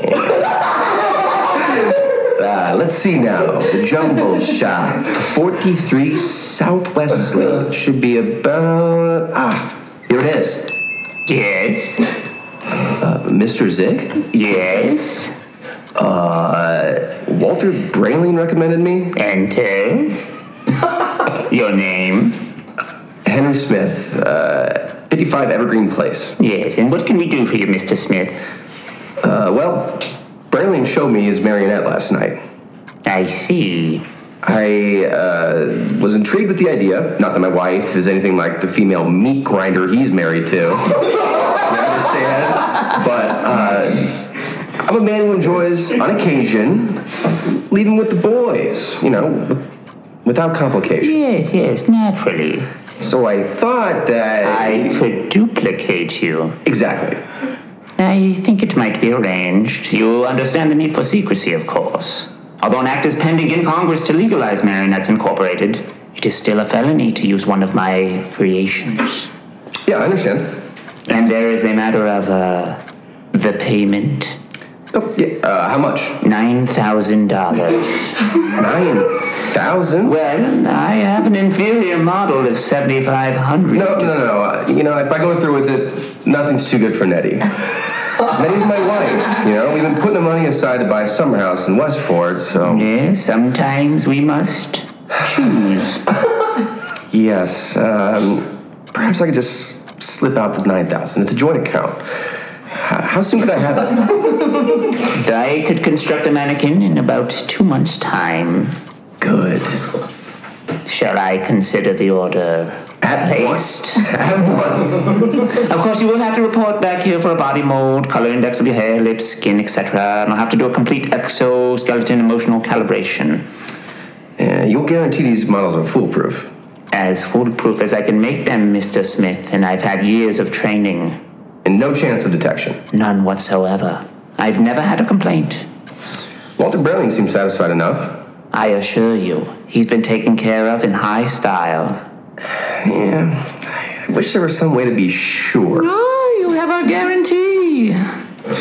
[SPEAKER 10] Ah, let's see now. The Jumble Shop, 43 Southwest Slate. Should be about. Ah, here it is.
[SPEAKER 14] Yes.
[SPEAKER 10] Uh, Mr. Zig?
[SPEAKER 14] Yes.
[SPEAKER 10] Uh, Walter Brayling recommended me.
[SPEAKER 14] Enter. Your name?
[SPEAKER 10] Henry Smith, uh, 55 Evergreen Place.
[SPEAKER 14] Yes, and what can we do for you, Mr. Smith?
[SPEAKER 10] Uh, well, Brayling showed me his marionette last night.
[SPEAKER 14] I see.
[SPEAKER 10] I uh, was intrigued with the idea. Not that my wife is anything like the female meat grinder he's married to. I understand. But uh, I'm a man who enjoys, on occasion, leaving with the boys, you know, with- without complication.
[SPEAKER 8] Yes, yes, naturally.
[SPEAKER 10] So I thought that.
[SPEAKER 8] I could duplicate you.
[SPEAKER 10] Exactly.
[SPEAKER 8] I think it might be arranged. You understand the need for secrecy, of course. Although an act is pending in Congress to legalize Marionettes Incorporated, it is still a felony to use one of my creations.
[SPEAKER 10] Yeah, I understand.
[SPEAKER 8] And there is a matter of uh, the payment.
[SPEAKER 10] Oh, yeah. Uh, how much?
[SPEAKER 8] Nine thousand dollars.
[SPEAKER 10] Nine thousand?
[SPEAKER 8] Well, I have an inferior model of seventy-five hundred.
[SPEAKER 10] No, no, no. uh, You know, if I go through with it, nothing's too good for Nettie. Nettie's my wife. You know, we've been putting the money aside to buy a summer house in Westport, so.
[SPEAKER 8] Yeah, sometimes we must choose.
[SPEAKER 10] yes. Um, perhaps I could just slip out the nine thousand. It's a joint account. How, how soon could I have it?
[SPEAKER 8] I could construct a mannequin in about two months' time.
[SPEAKER 10] Good.
[SPEAKER 8] Shall I consider the order
[SPEAKER 10] at
[SPEAKER 8] placed?
[SPEAKER 10] At once.
[SPEAKER 8] of course, you will have to report back here for a body mold, color index of your hair, lips, skin, etc. And I'll have to do a complete exoskeleton emotional calibration.
[SPEAKER 10] Yeah, Uh, you'll guarantee these models are foolproof.
[SPEAKER 8] As foolproof as I can make them, Mr. Smith, and I've had years of training.
[SPEAKER 10] And no chance of detection?
[SPEAKER 8] None whatsoever. I've never had a complaint.
[SPEAKER 10] Walter Browning seems satisfied enough.
[SPEAKER 8] I assure you, he's been taken care of in high style.
[SPEAKER 10] Yeah. I wish there was some way to be sure.
[SPEAKER 8] Oh, you have our guarantee.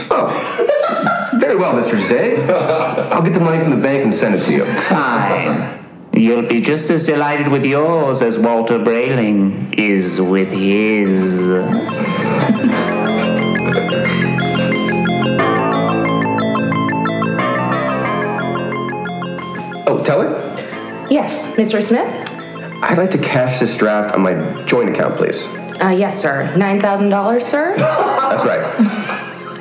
[SPEAKER 10] Oh, very well, Mr. Jose. I'll get the money from the bank and send it to you.
[SPEAKER 8] Fine. You'll be just as delighted with yours as Walter Brayling is with his.
[SPEAKER 10] Oh, teller?
[SPEAKER 3] Yes, Mr. Smith?
[SPEAKER 10] I'd like to cash this draft on my joint account, please.
[SPEAKER 3] Uh, yes, sir. $9,000, sir?
[SPEAKER 10] That's right.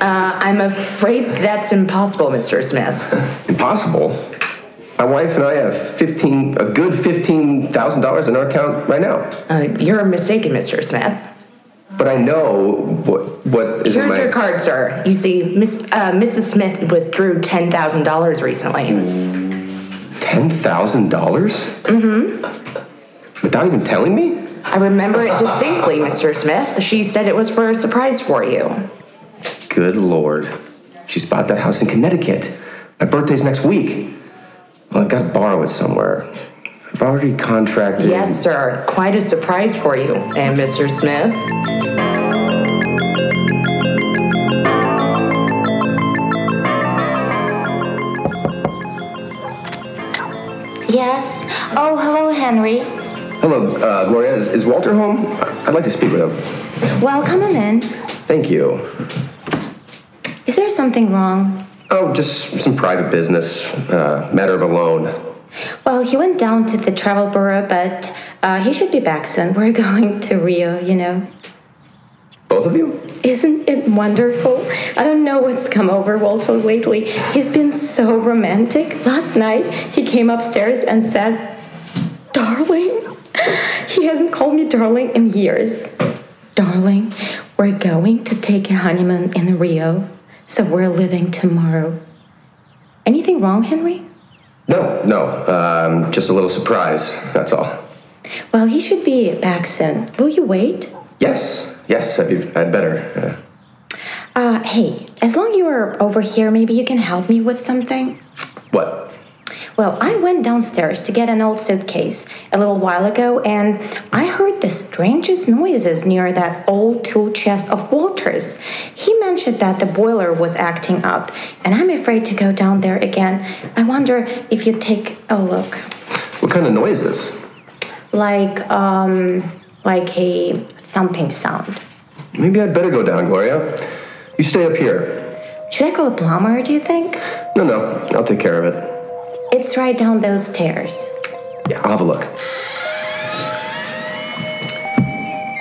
[SPEAKER 3] Uh, I'm afraid that's impossible, Mr. Smith.
[SPEAKER 10] Impossible. My wife and I have fifteen, a good fifteen thousand dollars in our account right now.
[SPEAKER 3] Uh, you're mistaken, Mr. Smith.
[SPEAKER 10] But I know what what is in
[SPEAKER 3] Here's
[SPEAKER 10] my.
[SPEAKER 3] your card, sir. You see, Miss, uh, Mrs. Smith withdrew $10,000 recently.
[SPEAKER 10] Ten thousand dollars?
[SPEAKER 3] Mm-hmm.
[SPEAKER 10] Without even telling me?
[SPEAKER 3] I remember it distinctly, Mr. Smith. She said it was for a surprise for you.
[SPEAKER 10] Good lord. She's bought that house in Connecticut. My birthday's next week. Well, I've got to borrow it somewhere. I've already contracted.
[SPEAKER 3] Yes, sir. Quite a surprise for you, and Mr. Smith.
[SPEAKER 13] Yes? Oh, hello, Henry.
[SPEAKER 10] Hello, uh, Gloria. Is, is Walter home? I- I'd like to speak with him.
[SPEAKER 13] Well, come on in.
[SPEAKER 10] Thank you.
[SPEAKER 13] Is there something wrong?
[SPEAKER 10] Oh, just some private business. Uh, matter of a loan.
[SPEAKER 13] Well, he went down to the travel bureau, but uh, he should be back soon. We're going to Rio, you know.
[SPEAKER 10] Both of you?
[SPEAKER 13] Isn't it wonderful? I don't know what's come over Walter lately. He's been so romantic. Last night, he came upstairs and said, Darling. He hasn't called me darling in years. Darling, we're going to take a honeymoon in Rio, so we're leaving tomorrow. Anything wrong, Henry?
[SPEAKER 10] No, no. Um, just a little surprise. That's all.
[SPEAKER 13] Well, he should be back soon. Will you wait?
[SPEAKER 10] Yes, yes. I'd, be, I'd better.
[SPEAKER 13] Uh, hey, as long you are over here, maybe you can help me with something.
[SPEAKER 10] What?
[SPEAKER 13] Well, I went downstairs to get an old suitcase a little while ago, and I heard the strangest noises near that old tool chest of Walter's. He mentioned that the boiler was acting up, and I'm afraid to go down there again. I wonder if you'd take a look.
[SPEAKER 10] What kind of noises?
[SPEAKER 13] Like, um, like a thumping sound.
[SPEAKER 10] Maybe I'd better go down, Gloria. You stay up here.
[SPEAKER 13] Should I call a plumber, do you think?
[SPEAKER 10] No, no. I'll take care of it.
[SPEAKER 13] It's right down those stairs.
[SPEAKER 10] Yeah, I'll have a look.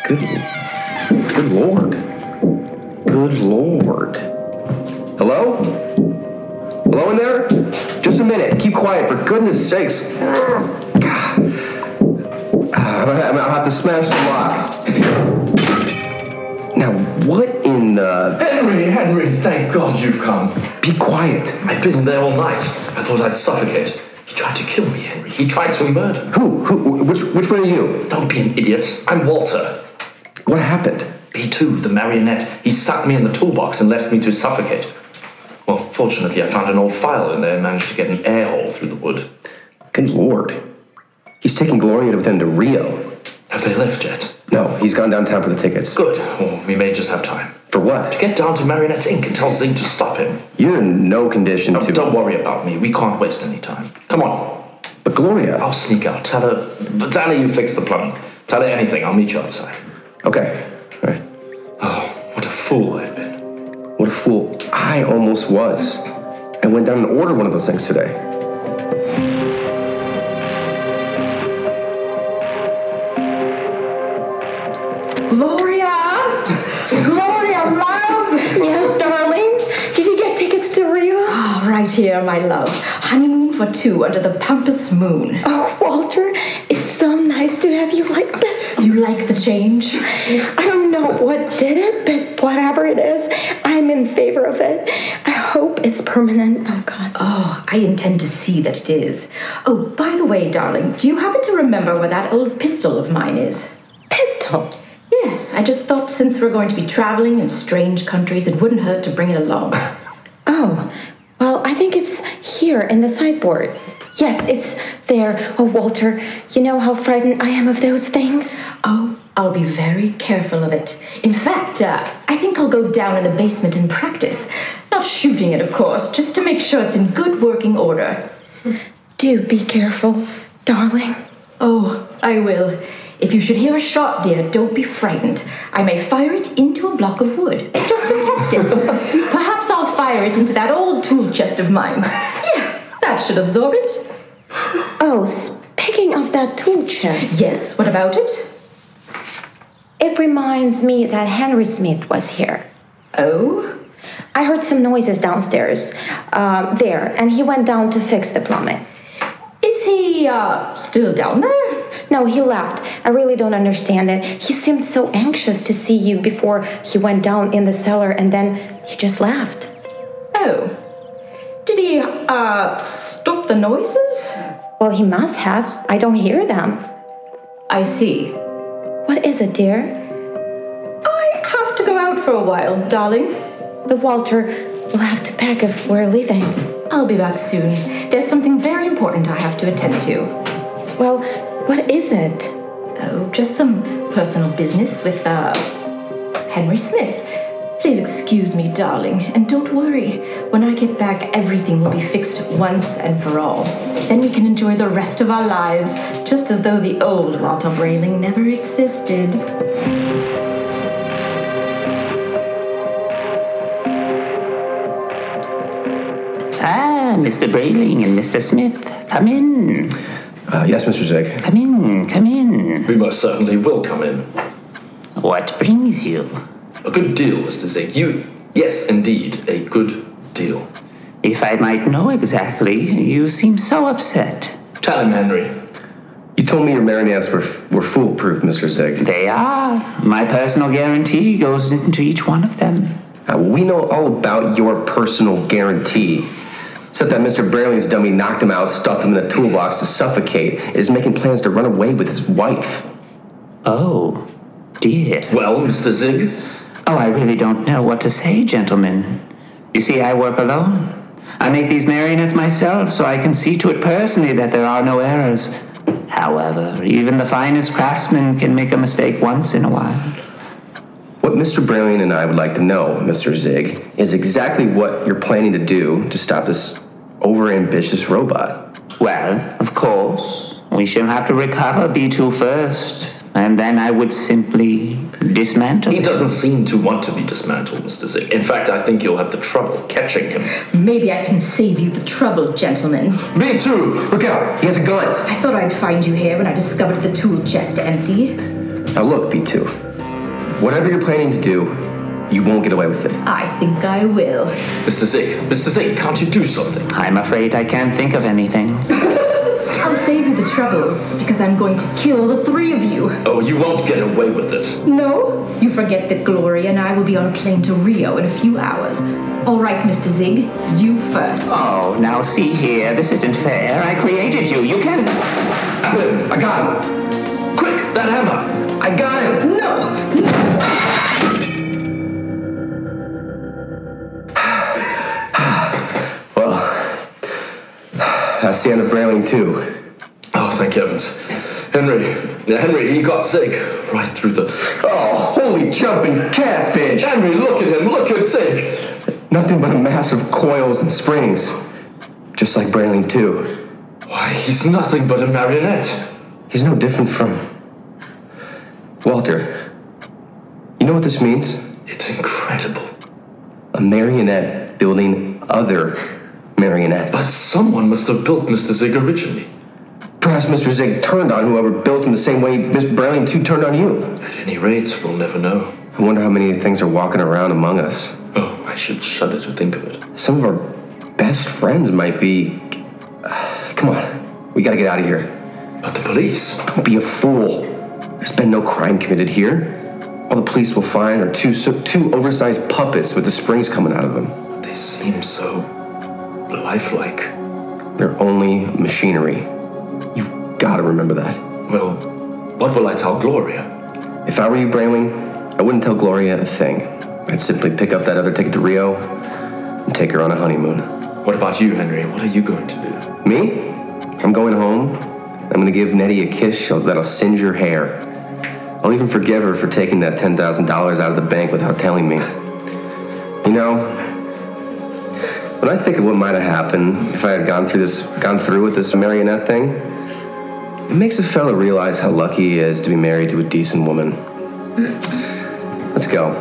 [SPEAKER 10] Good, good lord. Good lord. Hello? Hello in there? Just a minute. Keep quiet, for goodness sakes. God. Ah, I'm gonna- I'm gonna have to smash the lock. Now, what in the.
[SPEAKER 5] Henry, Henry, thank God you've come.
[SPEAKER 10] Be quiet.
[SPEAKER 5] I've been in there all night. I thought I'd suffocate. He tried to kill me, Henry. He tried to murder.
[SPEAKER 10] Who? Who? Which? Which one are you?
[SPEAKER 5] Don't be an idiot. I'm Walter.
[SPEAKER 10] What happened?
[SPEAKER 5] B2, the marionette. He stuck me in the toolbox and left me to suffocate. Well, fortunately, I found an old file in there and managed to get an air hole through the wood.
[SPEAKER 10] Good lord. He's taking Gloria with him to Rio.
[SPEAKER 5] Have they left yet?
[SPEAKER 10] No, he's gone downtown for the tickets.
[SPEAKER 5] Good. Well, we may just have time.
[SPEAKER 10] For what?
[SPEAKER 5] To get down to Marionette's Inc. and tell Zing to stop him.
[SPEAKER 10] You're in no condition
[SPEAKER 5] Don't-
[SPEAKER 10] to.
[SPEAKER 5] Don't worry about me. We can't waste any time. Come on.
[SPEAKER 10] But Gloria.
[SPEAKER 5] I'll sneak out. Tell her. But tell her you fixed the plumbing. Tell her anything. I'll meet you outside. Oh,
[SPEAKER 10] Okay.
[SPEAKER 5] Fool I've been.
[SPEAKER 10] What a fool. I almost was. I went down and ordered one of those things today.
[SPEAKER 13] Gloria! Gloria, love! Yes, darling? Did you get tickets to Rio?
[SPEAKER 9] Oh, right here, my love. Honeymoon for two under the pompous moon.
[SPEAKER 13] Oh, Walter, it's so nice to have you like this.
[SPEAKER 9] You like the change?
[SPEAKER 13] I don't know what did it, but whatever it is, I'm in favor of it. I hope it's permanent. Oh, God.
[SPEAKER 9] Oh, I intend to see that it is. Oh, by the way, darling, do you happen to remember where that old pistol of mine is?
[SPEAKER 13] Pistol?
[SPEAKER 9] Yes, I just thought since we're going to be traveling in strange countries, it wouldn't hurt to bring it along.
[SPEAKER 13] Oh, well, I think it's here in the sideboard. Yes, it's there. Oh, Walter, you know how frightened I am of those things.
[SPEAKER 9] Oh, I'll be very careful of it. In fact, uh, I think I'll go down in the basement and practice. Not shooting it, of course, just to make sure it's in good working order.
[SPEAKER 13] Do be careful, darling.
[SPEAKER 9] Oh, I will. If you should hear a shot, dear, don't be frightened. I may fire it into a block of wood, just to test it. Perhaps I'll fire it into that old tool chest of mine. Yeah, that should absorb it.
[SPEAKER 13] Oh, speaking of that tool chest.
[SPEAKER 9] Yes, what about it?
[SPEAKER 13] It reminds me that Henry Smith was here.
[SPEAKER 9] Oh?
[SPEAKER 13] I heard some noises downstairs. Um, there, and he went down to fix the plumbing.
[SPEAKER 9] Is he uh, still down there?
[SPEAKER 13] No, he left. I really don't understand it. He seemed so anxious to see you before he went down in the cellar, and then he just left.
[SPEAKER 9] Oh. Did he uh, stop the noises?
[SPEAKER 13] Well, he must have. I don't hear them.
[SPEAKER 9] I see.
[SPEAKER 13] What is it, dear?
[SPEAKER 9] I have to go out for a while, darling.
[SPEAKER 13] But Walter, we'll have to pack if we're leaving.
[SPEAKER 9] I'll be back soon. There's something very important I have to attend to.
[SPEAKER 13] Well, what is it?
[SPEAKER 9] Oh, just some personal business with, uh, Henry Smith. Please excuse me, darling, and don't worry. When I get back, everything will be fixed once and for all. Then we can enjoy the rest of our lives, just as though the old Walter Brayling never existed.
[SPEAKER 14] Ah, Mr. Brayling and Mr. Smith, come in.
[SPEAKER 10] Uh, yes, Mr. Zig.
[SPEAKER 14] Come in, come in.
[SPEAKER 5] We most certainly will come in.
[SPEAKER 14] What brings you?
[SPEAKER 5] A good deal, Mr. Zig. You. Yes, indeed, a good deal.
[SPEAKER 14] If I might know exactly, you seem so upset.
[SPEAKER 5] Tell him, Henry.
[SPEAKER 10] You told me your marionettes were, were foolproof, Mr. Zig.
[SPEAKER 14] They are. My personal guarantee goes into each one of them.
[SPEAKER 10] Uh, we know all about your personal guarantee. Except that Mr. Braley's dummy knocked him out, stuffed him in a toolbox to suffocate, and is making plans to run away with his wife.
[SPEAKER 14] Oh, dear.
[SPEAKER 5] Well, Mr. Zig?
[SPEAKER 14] Oh, I really don't know what to say, gentlemen. You see, I work alone. I make these marionettes myself, so I can see to it personally that there are no errors. However, even the finest craftsman can make a mistake once in a while.
[SPEAKER 10] What Mr. Braley and I would like to know, Mr. Zig, is exactly what you're planning to do to stop this overambitious robot.
[SPEAKER 14] Well, of course, we shall have to recover B2 first, and then I would simply dismantle
[SPEAKER 5] He
[SPEAKER 14] it.
[SPEAKER 5] doesn't seem to want to be dismantled, Mr. Zig. In fact, I think you'll have the trouble catching him.
[SPEAKER 9] Maybe I can save you the trouble, gentlemen.
[SPEAKER 10] Me too! Look out! He has a gun!
[SPEAKER 9] I thought I'd find you here when I discovered the tool chest empty.
[SPEAKER 10] Now look, B2. Whatever you're planning to do, You won't get away with it.
[SPEAKER 9] I think I will.
[SPEAKER 14] Mr. Zig, Mr. Zig, can't you do something? I'm afraid I can't think of anything.
[SPEAKER 9] I'll save you the trouble because I'm going to kill the three of you.
[SPEAKER 14] Oh, you won't get away with it.
[SPEAKER 9] No, you forget that Gloria and I will be on a plane to Rio in a few hours. All right, Mr. Zig, you first.
[SPEAKER 14] Oh, now see here, this isn't fair. I created you. You can't. I got him. Quick, that hammer. I got him. No.
[SPEAKER 10] That's the end of Brailing too.
[SPEAKER 5] Oh, thank heavens. Henry, Henry, he got sick right through the. Oh,
[SPEAKER 10] holy jumping catfish!
[SPEAKER 5] Henry, look at him, look at Zig!
[SPEAKER 10] Nothing but a mass of coils and springs. Just like Brailing too.
[SPEAKER 5] Why, he's nothing but a marionette.
[SPEAKER 10] He's no different from. Walter, you know what this means?
[SPEAKER 5] It's incredible.
[SPEAKER 10] A marionette building other marionettes.
[SPEAKER 5] But someone must have built Mr. Zig originally.
[SPEAKER 10] Perhaps Mr. Zig turned on whoever built him the same way Miss Brailing 2 turned on you.
[SPEAKER 5] At any rate, we'll never know.
[SPEAKER 10] I wonder how many things are walking around among us.
[SPEAKER 5] Oh, I should shudder to think of it.
[SPEAKER 10] Some of our best friends might be. Come on, we gotta get out of here.
[SPEAKER 5] But the police.
[SPEAKER 10] Don't be a fool. There's been no crime committed here. All the police will find are two two oversized puppets with the springs coming out of them.
[SPEAKER 5] They seem so lifelike.
[SPEAKER 10] They're only machinery. You've got to remember that.
[SPEAKER 5] Well, what will I tell Gloria?
[SPEAKER 10] If I were you, Brailing, I wouldn't tell Gloria a thing. I'd simply pick up that other ticket to Rio and take her on a honeymoon.
[SPEAKER 5] What about you, Henry? What are you going to do?
[SPEAKER 10] Me? I'm going home. I'm going to give Nettie a kiss so that'll singe your hair. I'll even forgive her for taking that $10,000 out of the bank without telling me. You know, when I think of what might have happened if I had gone through this, gone through with this marionette thing, it makes a fella realize how lucky he is to be married to a decent woman. Let's go.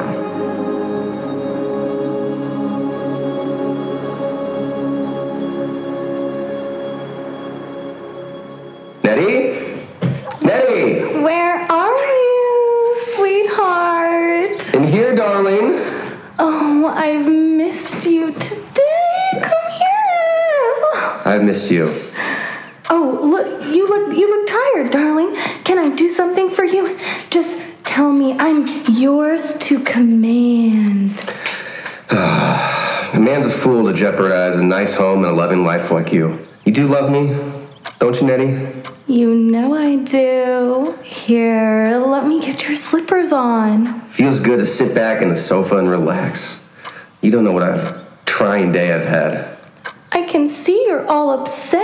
[SPEAKER 10] Nettie? Nettie!
[SPEAKER 1] Where are you, sweetheart?
[SPEAKER 10] In here, darling.
[SPEAKER 1] Oh, I've missed you today. Come here.
[SPEAKER 10] I've missed you.
[SPEAKER 1] Oh, look, you look you look tired, darling. Can I do something for you? Just tell me. I'm yours to command.
[SPEAKER 10] a man's a fool to jeopardize a nice home and a loving wife like you. You do love me, don't you, Nettie?
[SPEAKER 1] You know I do. Here, let me get your slippers on.
[SPEAKER 10] Feels good to sit back in the sofa and relax. You don't know what a trying day I've had.
[SPEAKER 1] I can see you're all upset.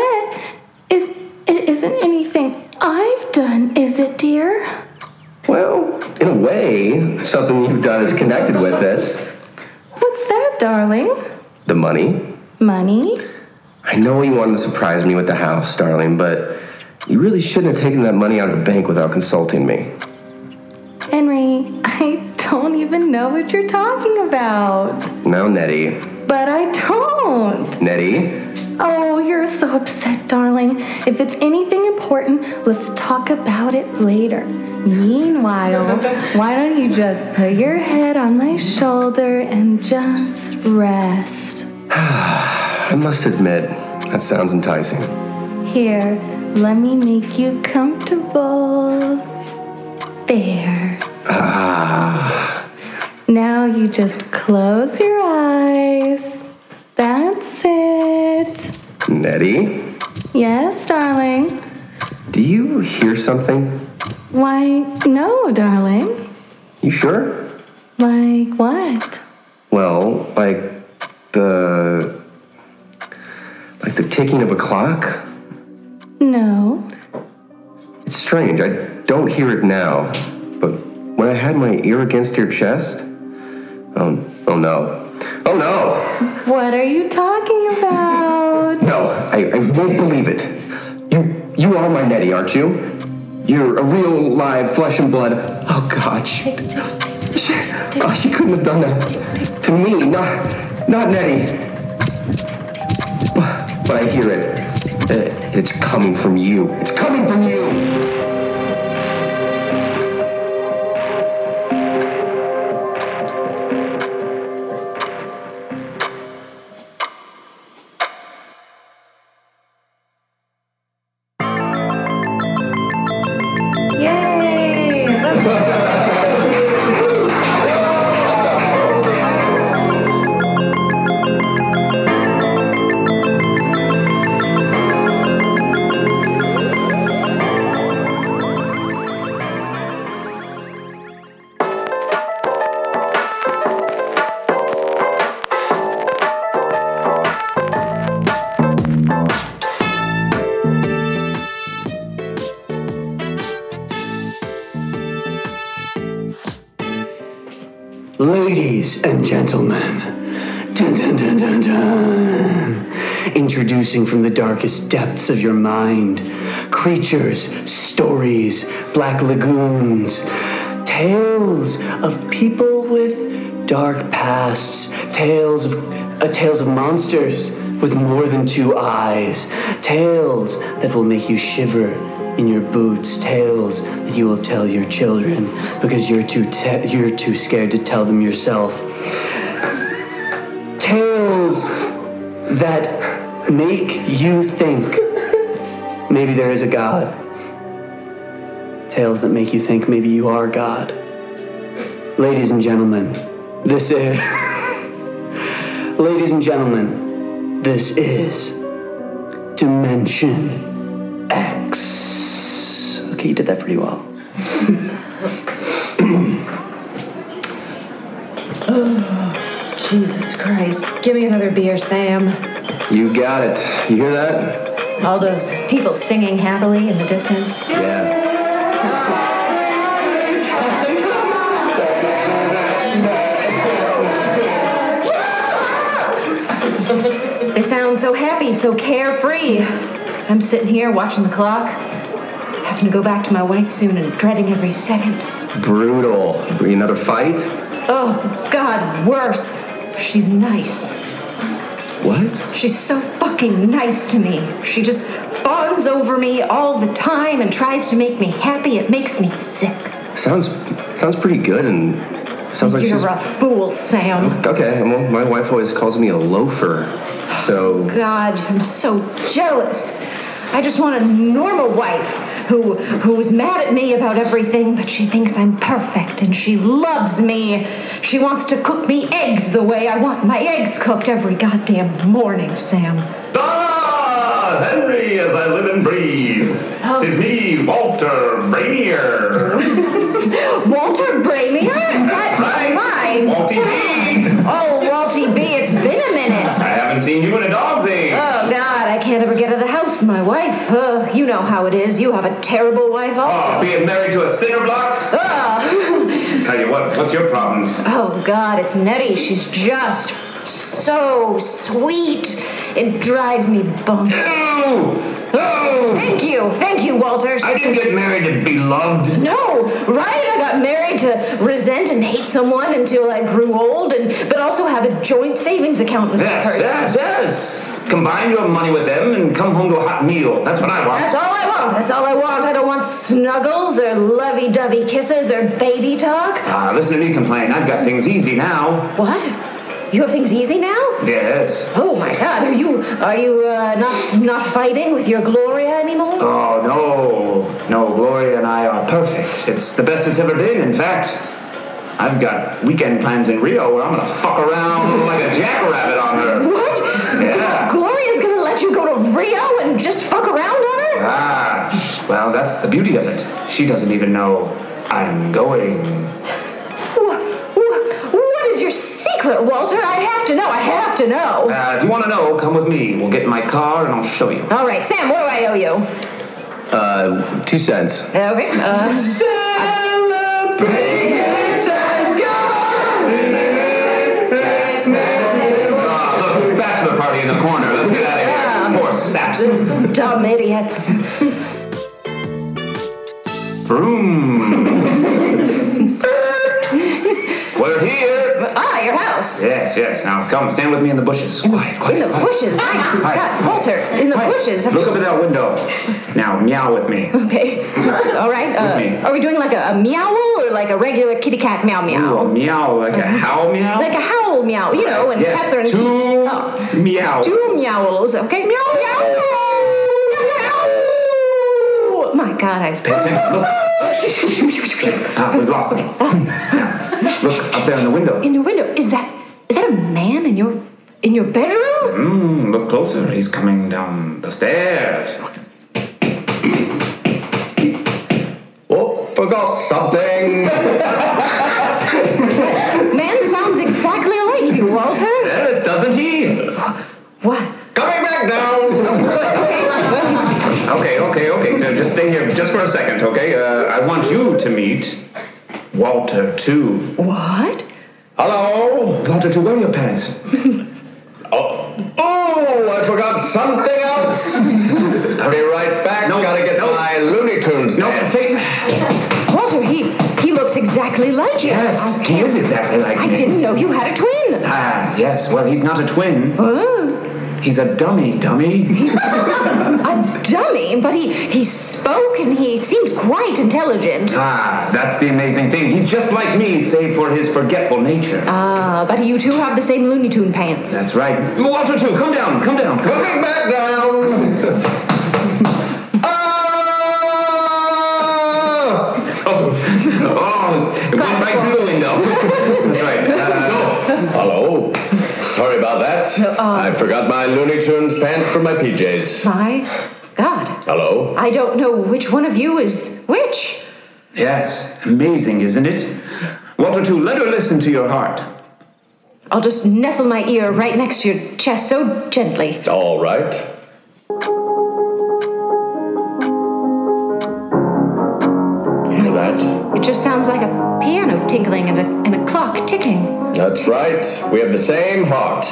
[SPEAKER 1] It it isn't anything I've done, is it, dear?
[SPEAKER 10] Well, in a way, something you've done is connected with it.
[SPEAKER 1] What's that, darling?
[SPEAKER 10] The money.
[SPEAKER 1] Money?
[SPEAKER 10] I know you wanted to surprise me with the house, darling, but you really shouldn't have taken that money out of the bank without consulting me.
[SPEAKER 1] Henry, I don't even know what you're talking about.
[SPEAKER 10] Now, Nettie.
[SPEAKER 1] But I don't.
[SPEAKER 10] Nettie?
[SPEAKER 1] Oh, you're so upset, darling. If it's anything important, let's talk about it later. Meanwhile, why don't you just put your head on my shoulder and just rest?
[SPEAKER 10] I must admit, that sounds enticing.
[SPEAKER 1] Here, let me make you comfortable. There.
[SPEAKER 10] Ah,
[SPEAKER 1] Now you just close your eyes. That's it.
[SPEAKER 10] Nettie,
[SPEAKER 1] Yes, darling.
[SPEAKER 10] do you hear something?
[SPEAKER 1] Why, no, darling.
[SPEAKER 10] You sure?
[SPEAKER 1] Like what?
[SPEAKER 10] Well, like the like the ticking of a clock.
[SPEAKER 1] No.
[SPEAKER 10] It's strange. I don't hear it now, but when I had my ear against your chest, oh, oh no, oh no.
[SPEAKER 1] What are you talking about?
[SPEAKER 10] No, I, I won't believe it. You you are my Nettie, aren't you? You're a real live flesh and blood. Oh God, she, she, oh, she couldn't have done that to me. Not not Nettie. But, but I hear it. Uh, It's coming from you. It's coming from you.
[SPEAKER 15] Ladies and gentlemen, dun, dun, dun, dun, dun. introducing from the darkest depths of your mind creatures, stories, black lagoons, tales of people with dark pasts, tales of uh, tales of monsters with more than two eyes, tales that will make you shiver in your boots tales that you will tell your children because you're too te- you're too scared to tell them yourself tales that make you think maybe there is a god tales that make you think maybe you are god ladies and gentlemen this is ladies and gentlemen this is dimension X. Okay, you did that pretty well.
[SPEAKER 11] Oh, Jesus Christ. Give me another beer, Sam.
[SPEAKER 10] You got it. You hear that?
[SPEAKER 11] All those people singing happily in the distance.
[SPEAKER 10] Yeah.
[SPEAKER 11] They sound so happy, so carefree. I'm sitting here watching the clock, having to go back to my wife soon and dreading every second.
[SPEAKER 10] Brutal. Another fight?
[SPEAKER 11] Oh, God, worse. She's nice.
[SPEAKER 10] What?
[SPEAKER 11] She's so fucking nice to me. She just fawns over me all the time and tries to make me happy. It makes me sick.
[SPEAKER 10] Sounds sounds pretty good and sounds like
[SPEAKER 11] You're
[SPEAKER 10] she's
[SPEAKER 11] a fool, Sam.
[SPEAKER 10] Okay, well, my wife always calls me a loafer. So
[SPEAKER 11] God, I'm so jealous. I just want a normal wife who who is mad at me about everything, but she thinks I'm perfect and she loves me. She wants to cook me eggs the way I want my eggs cooked every goddamn morning, Sam.
[SPEAKER 8] Ah, Henry, as I live and breathe.
[SPEAKER 11] Oh.
[SPEAKER 8] Tis me, Walter Rainier.
[SPEAKER 11] Walter Bramier? Is that mine?
[SPEAKER 8] Walty
[SPEAKER 11] B. Oh, Walty B, it's been a minute.
[SPEAKER 8] I haven't seen you in a dog's age.
[SPEAKER 11] Oh God, I can't ever get out of the house. My wife, uh, you know how it is. You have a terrible wife, also.
[SPEAKER 8] Oh, Being married to a cinder block?
[SPEAKER 11] Ah.
[SPEAKER 8] Tell you what, what's your problem?
[SPEAKER 11] Oh God, it's Nettie. She's just so sweet. It drives me bonkers. Thank you, thank you, Walter.
[SPEAKER 8] I didn't get married to beloved.
[SPEAKER 11] No, right? I got married to resent and hate someone until I grew old, and but also have a joint savings account with that
[SPEAKER 8] Yes,
[SPEAKER 11] person.
[SPEAKER 8] yes, yes. Combine your money with them and come home to a hot meal. That's what I want.
[SPEAKER 11] That's all I want. That's all I want. I don't want snuggles or lovey-dovey kisses or baby talk.
[SPEAKER 8] Ah, listen to me complain. I've got things easy now.
[SPEAKER 11] What? You have things easy now?
[SPEAKER 8] Yes.
[SPEAKER 11] Oh my God! Are you are you uh, not not fighting with your Gloria anymore?
[SPEAKER 8] Oh, no. No, Gloria and I are perfect. It's the best it's ever been. In fact, I've got weekend plans in Rio where I'm gonna fuck around like a jackrabbit on her.
[SPEAKER 11] What?
[SPEAKER 8] Yeah.
[SPEAKER 11] Gloria's gonna let you go to Rio and just fuck around on her?
[SPEAKER 8] Ah, sh- well, that's the beauty of it. She doesn't even know I'm going.
[SPEAKER 11] What is your secret, Walter? I have to know. I have to know.
[SPEAKER 8] Uh, if you want to know, come with me. We'll get in my car and I'll show you.
[SPEAKER 11] All right, Sam. What do I owe you?
[SPEAKER 10] uh two cents.
[SPEAKER 11] Okay. Uh,
[SPEAKER 8] Bachelor party in the corner. Let's get out of here. Poor saps.
[SPEAKER 11] Dumb idiots.
[SPEAKER 8] Vroom. We're here.
[SPEAKER 11] Ah, your house.
[SPEAKER 8] Yes, yes. Now come, stand with me in the bushes. Quiet, quiet.
[SPEAKER 11] In the bushes. My God, Walter. In the bushes. Have
[SPEAKER 8] Look
[SPEAKER 11] you-
[SPEAKER 8] up at that window. Now meow with me.
[SPEAKER 11] Okay. All right.
[SPEAKER 8] me.
[SPEAKER 11] Uh, are we doing like a, a meowl or like a regular kitty cat meow meow?
[SPEAKER 8] Ooh, a meow like a howl meow.
[SPEAKER 11] Like a howl meow, you know, and
[SPEAKER 8] Yes,
[SPEAKER 11] cats are in
[SPEAKER 8] two meow.
[SPEAKER 11] Two meowls. Okay, meow meow. meow. My God, I.
[SPEAKER 8] Pay attention. Look. Ah, we've lost them. Now, Look up there in the window.
[SPEAKER 11] In the window. Is that is that a man in your in your bedroom?
[SPEAKER 8] Mm, look closer. He's coming down the stairs.
[SPEAKER 10] Oh, forgot something.
[SPEAKER 11] Man sounds exactly like you, Walter.
[SPEAKER 8] Yes, doesn't he?
[SPEAKER 11] What?
[SPEAKER 8] Coming back down. Okay, okay, okay. So just stay here just for a second, okay? Uh, I want you to meet Walter too.
[SPEAKER 11] What?
[SPEAKER 8] Hello? Wanted to wear your pants. oh, I forgot something else. I'll be right back. Gotta get my Looney Tunes. No, see,
[SPEAKER 11] Walter, he he looks exactly like you.
[SPEAKER 8] Yes, he is exactly like
[SPEAKER 11] I
[SPEAKER 8] me.
[SPEAKER 11] didn't know you had a twin.
[SPEAKER 8] Ah, yes. Well, he's not a twin. He's a dummy, dummy.
[SPEAKER 11] He's a dummy, but he he spoke and he seemed quite intelligent.
[SPEAKER 8] Ah, that's the amazing thing. He's just like me, save for his forgetful nature.
[SPEAKER 11] Ah, but you two have the same Looney Tune pants.
[SPEAKER 8] That's right. Walter, too. Come down. Come down. Come Coming back down. Oh, Ah! it went right through the window.
[SPEAKER 12] That's right.
[SPEAKER 8] Uh,
[SPEAKER 12] Hello. Sorry about that.
[SPEAKER 11] uh,
[SPEAKER 12] I forgot my Looney Tunes pants for my PJs.
[SPEAKER 11] My God,
[SPEAKER 12] Hello.
[SPEAKER 11] I don't know which one of you is which.
[SPEAKER 8] Yes, amazing, isn't it? Walter, too, let her listen to your heart.
[SPEAKER 11] I'll just nestle my ear right next to your chest so gently.
[SPEAKER 12] All right. Hear that?
[SPEAKER 11] It just sounds like a piano tinkling and a, and a clock ticking.
[SPEAKER 12] That's right. We have the same heart.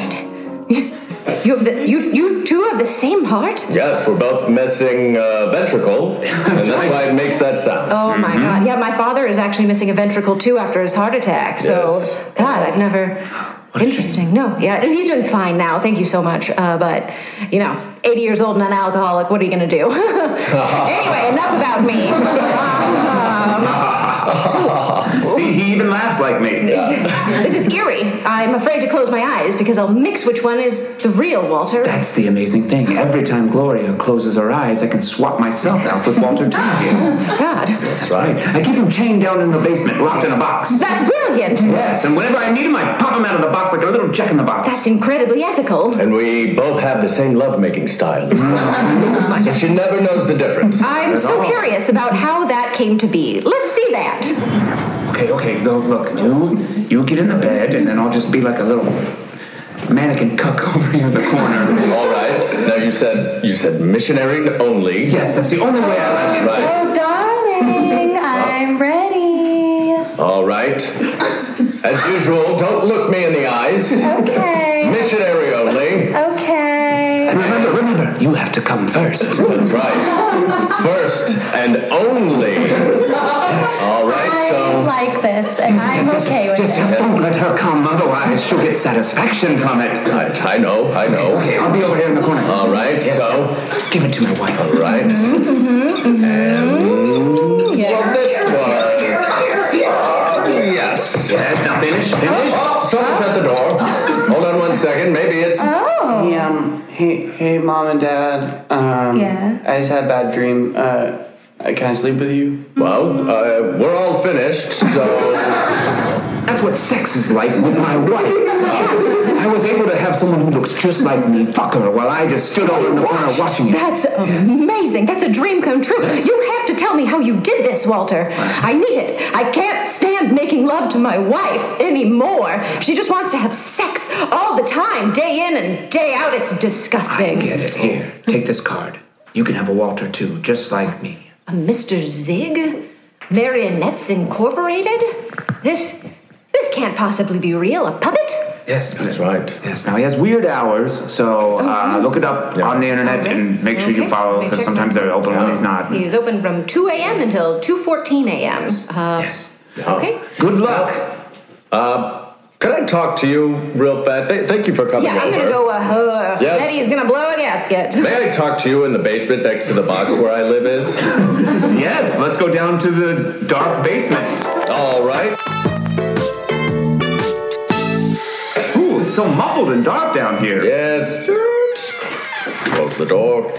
[SPEAKER 11] You have the you you two have the same heart.
[SPEAKER 12] Yes, we're both missing uh, ventricle, and that's why it makes that sound.
[SPEAKER 11] Oh my
[SPEAKER 12] Mm-hmm.
[SPEAKER 11] God! Yeah, my father is actually missing a ventricle too after his heart attack. So God, I've never. Interesting. No, yeah, no, he's doing fine now. Thank you so much. Uh, but you know, 80 years old and an alcoholic. What are you gonna do? anyway, enough about me. Um, uh,
[SPEAKER 8] See, he even laughs like me.
[SPEAKER 11] this is eerie. I'm afraid to close my eyes because I'll mix which one is the real Walter.
[SPEAKER 8] That's the amazing thing. Every time Gloria closes her eyes, I can swap myself out with Walter T. here.
[SPEAKER 11] God,
[SPEAKER 8] That's right. I keep him chained down in the basement, locked in a box.
[SPEAKER 11] that's brilliant.
[SPEAKER 8] Yes, and whenever I need him, I pop him out of the box like a little jack in the box.
[SPEAKER 11] That's incredibly ethical.
[SPEAKER 12] And we both have the same lovemaking style. so she never knows the difference.
[SPEAKER 11] Oh, I'm
[SPEAKER 8] Oh.
[SPEAKER 11] so curious about how that came to be. Let's see that.
[SPEAKER 8] Okay, okay, go look. You you get in the bed, and then I'll just be like a little mannequin cuck over here in the corner.
[SPEAKER 12] All right. Now you said you said missionary only.
[SPEAKER 8] Yes, that's the only way I like it.
[SPEAKER 12] Right.
[SPEAKER 1] Oh, darling, I'm ready.
[SPEAKER 12] All right. As usual, don't look me in the eyes.
[SPEAKER 1] Okay.
[SPEAKER 12] Missionary only.
[SPEAKER 1] Okay.
[SPEAKER 12] Remember, remember, you have to come first. That's right. First and only. All right, so.
[SPEAKER 9] like this, and I'm okay with
[SPEAKER 8] Just,
[SPEAKER 9] it.
[SPEAKER 8] just don't let her come, otherwise she'll get satisfaction from it.
[SPEAKER 12] I, I know, I know.
[SPEAKER 8] Okay, I'll be over here in the corner.
[SPEAKER 12] All right, so. Give it to my wife. All right.
[SPEAKER 9] Mm-hmm,
[SPEAKER 12] And. Well, this was. Yes. Yes, now finish, finish. Oh, oh, someone's at the door. Hold on one second, maybe it's.
[SPEAKER 9] Oh.
[SPEAKER 7] Hey, um, hey, hey, mom and dad. Um,
[SPEAKER 9] Yeah.
[SPEAKER 7] I just had a bad dream. Uh, can I sleep with you?
[SPEAKER 12] Well, uh, we're all finished, so.
[SPEAKER 8] That's what sex is like with my wife. I was able to have someone who looks just like me fuck her while I just stood over in the corner watching it.
[SPEAKER 11] That's amazing. That's a dream come true. You have to tell me how you did this, Walter. I need it. I can't stand making love to my wife anymore. She just wants to have sex all the time, day in and day out. It's disgusting.
[SPEAKER 8] Get it here. Take this card. You can have a Walter too, just like me.
[SPEAKER 11] A Mr. Zig? Marionettes Incorporated? This this can't possibly be real. A puppet?
[SPEAKER 8] Yes,
[SPEAKER 12] that's right.
[SPEAKER 8] Yes, now he has weird hours, so uh, look it up on the internet and make sure you
[SPEAKER 11] Okay.
[SPEAKER 8] follow
[SPEAKER 11] Let me
[SPEAKER 8] because
[SPEAKER 11] check
[SPEAKER 8] sometimes they're open when he's not.
[SPEAKER 11] He is open from 2 a.m. until 2:14 a.m. Yes. Uh, Okay.
[SPEAKER 12] Good luck. Uh, could I talk to you real fast? Th- thank you for coming
[SPEAKER 11] yeah, I'm
[SPEAKER 12] over.
[SPEAKER 11] gonna go. Uh, uh,
[SPEAKER 12] Yes.
[SPEAKER 11] Betty is gonna blow a gasket.
[SPEAKER 12] May I talk to you in the basement next to the box where I live is?
[SPEAKER 8] yes, let's go down to the dark basement.
[SPEAKER 12] All right.
[SPEAKER 8] Ooh, it's so muffled and dark down here.
[SPEAKER 12] Yes. Close the door.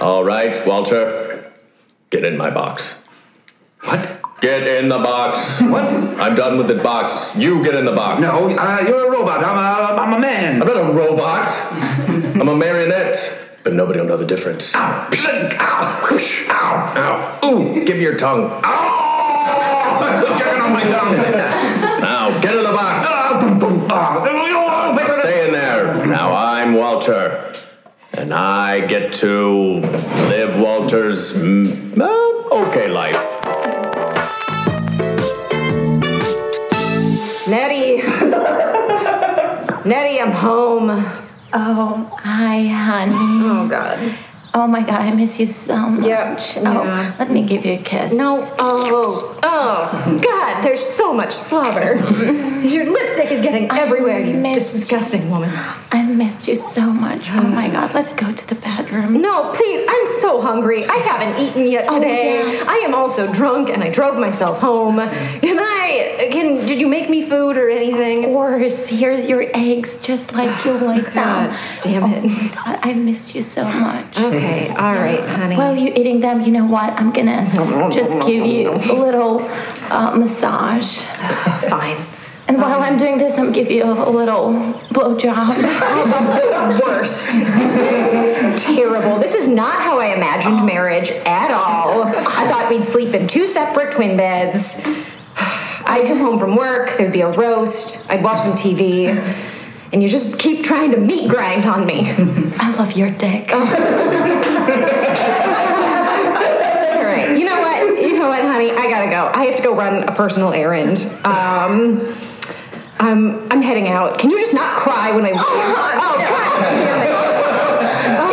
[SPEAKER 12] All right, Walter. Get in my box. What? Get in the box. What? I'm done with the box. You get in the box.
[SPEAKER 8] No, uh, you're a robot. I'm a, I'm a man.
[SPEAKER 12] I'm not a robot. I'm a marionette. But nobody will know the difference. Ow! Pshing! Ow! Whoosh! Ow! Ow! Ooh! Give me your tongue. Ow! Checking on my tongue. Now get in the box. Ah. Now stay in there. Now I'm Walter, and I get to live Walter's mm, uh, okay life.
[SPEAKER 11] Nettie, Hey, I'm home.
[SPEAKER 13] Oh, hi, honey. Oh,
[SPEAKER 11] God.
[SPEAKER 13] Oh, my God, I miss you so much. Oh,
[SPEAKER 11] yeah.
[SPEAKER 13] let me give you a kiss.
[SPEAKER 11] No. Oh. Oh. God. There's so much slobber. Your lipstick is getting everywhere. You disgusting woman.
[SPEAKER 13] I missed you so much. Oh my God. Let's go to the bedroom.
[SPEAKER 11] No, please. I'm so hungry. I haven't eaten yet
[SPEAKER 13] Oh,
[SPEAKER 11] today.
[SPEAKER 13] yes.
[SPEAKER 11] I am also drunk, and I drove myself home. And I can. Did you make me food or anything?
[SPEAKER 13] Worse. Here's your eggs, just like you like them.
[SPEAKER 11] Damn it.
[SPEAKER 13] God, I missed you so much.
[SPEAKER 11] Okay, all right, honey.
[SPEAKER 13] While you're eating them, you know what? I'm gonna just give you a little uh, massage.
[SPEAKER 11] Fine.
[SPEAKER 13] And while I'm doing this, I'm give you a little blowjob.
[SPEAKER 11] the worst. This is terrible. This is not how I imagined marriage at all. I thought we'd sleep in two separate twin beds. I'd come home from work, there'd be a roast, I'd watch some TV, and you just keep trying to meat grind on me.
[SPEAKER 13] I love your dick.
[SPEAKER 11] All right, you know what? You know what, honey? I gotta go. I have to go run a personal errand. Um, I'm I'm heading out. Can you just not cry when I leave? Oh, God damn it. Oh,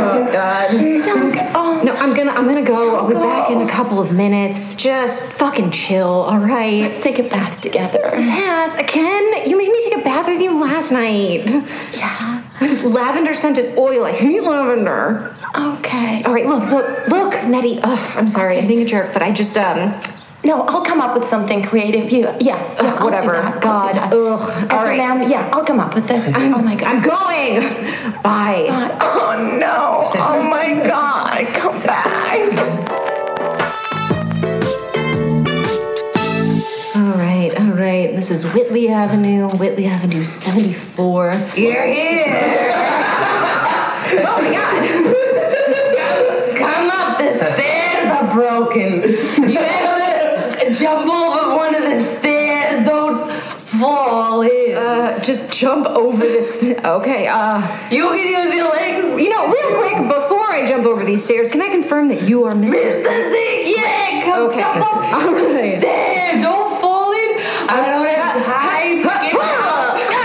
[SPEAKER 11] Oh God. Don't go. No, I'm gonna I'm gonna go. I'll be back
[SPEAKER 13] Oh.
[SPEAKER 11] in a couple of minutes. Just fucking chill, all right? Let's
[SPEAKER 13] take a bath together.
[SPEAKER 11] Bath? Ken, you made me take a bath with you last night.
[SPEAKER 13] Yeah.
[SPEAKER 11] With lavender scented oil. I hate lavender.
[SPEAKER 13] Okay.
[SPEAKER 11] All right, look, look, look, Nettie. Ugh, I'm sorry, I'm being a jerk, but I just um
[SPEAKER 13] No, I'll come up with something creative. You, yeah, yeah, I'll do
[SPEAKER 11] whatever.
[SPEAKER 13] that. I'll do
[SPEAKER 11] God.
[SPEAKER 13] that.
[SPEAKER 11] Ugh. All right.
[SPEAKER 13] S&M, yeah, I'll come up with this. oh my god.
[SPEAKER 11] I'm going. Bye.
[SPEAKER 13] Oh no. Oh my god. Come back.
[SPEAKER 11] All right, all right. This is Whitley Avenue, Whitley Avenue 74.
[SPEAKER 6] Yeah, yeah.
[SPEAKER 11] oh my god.
[SPEAKER 6] Come up, the stairs are broken. You ever jump over one of the stairs? Don't fall in.
[SPEAKER 11] Uh, just jump over this. Okay, uh.
[SPEAKER 6] You can use your legs.
[SPEAKER 11] You know, real quick, before I jump over these stairs, can I confirm that you are Mr.
[SPEAKER 6] Mr. Zeke, yeah, come
[SPEAKER 11] okay.
[SPEAKER 6] jump up.
[SPEAKER 11] All right.
[SPEAKER 6] Damn, don't fall in. I don't have high. Get
[SPEAKER 11] up.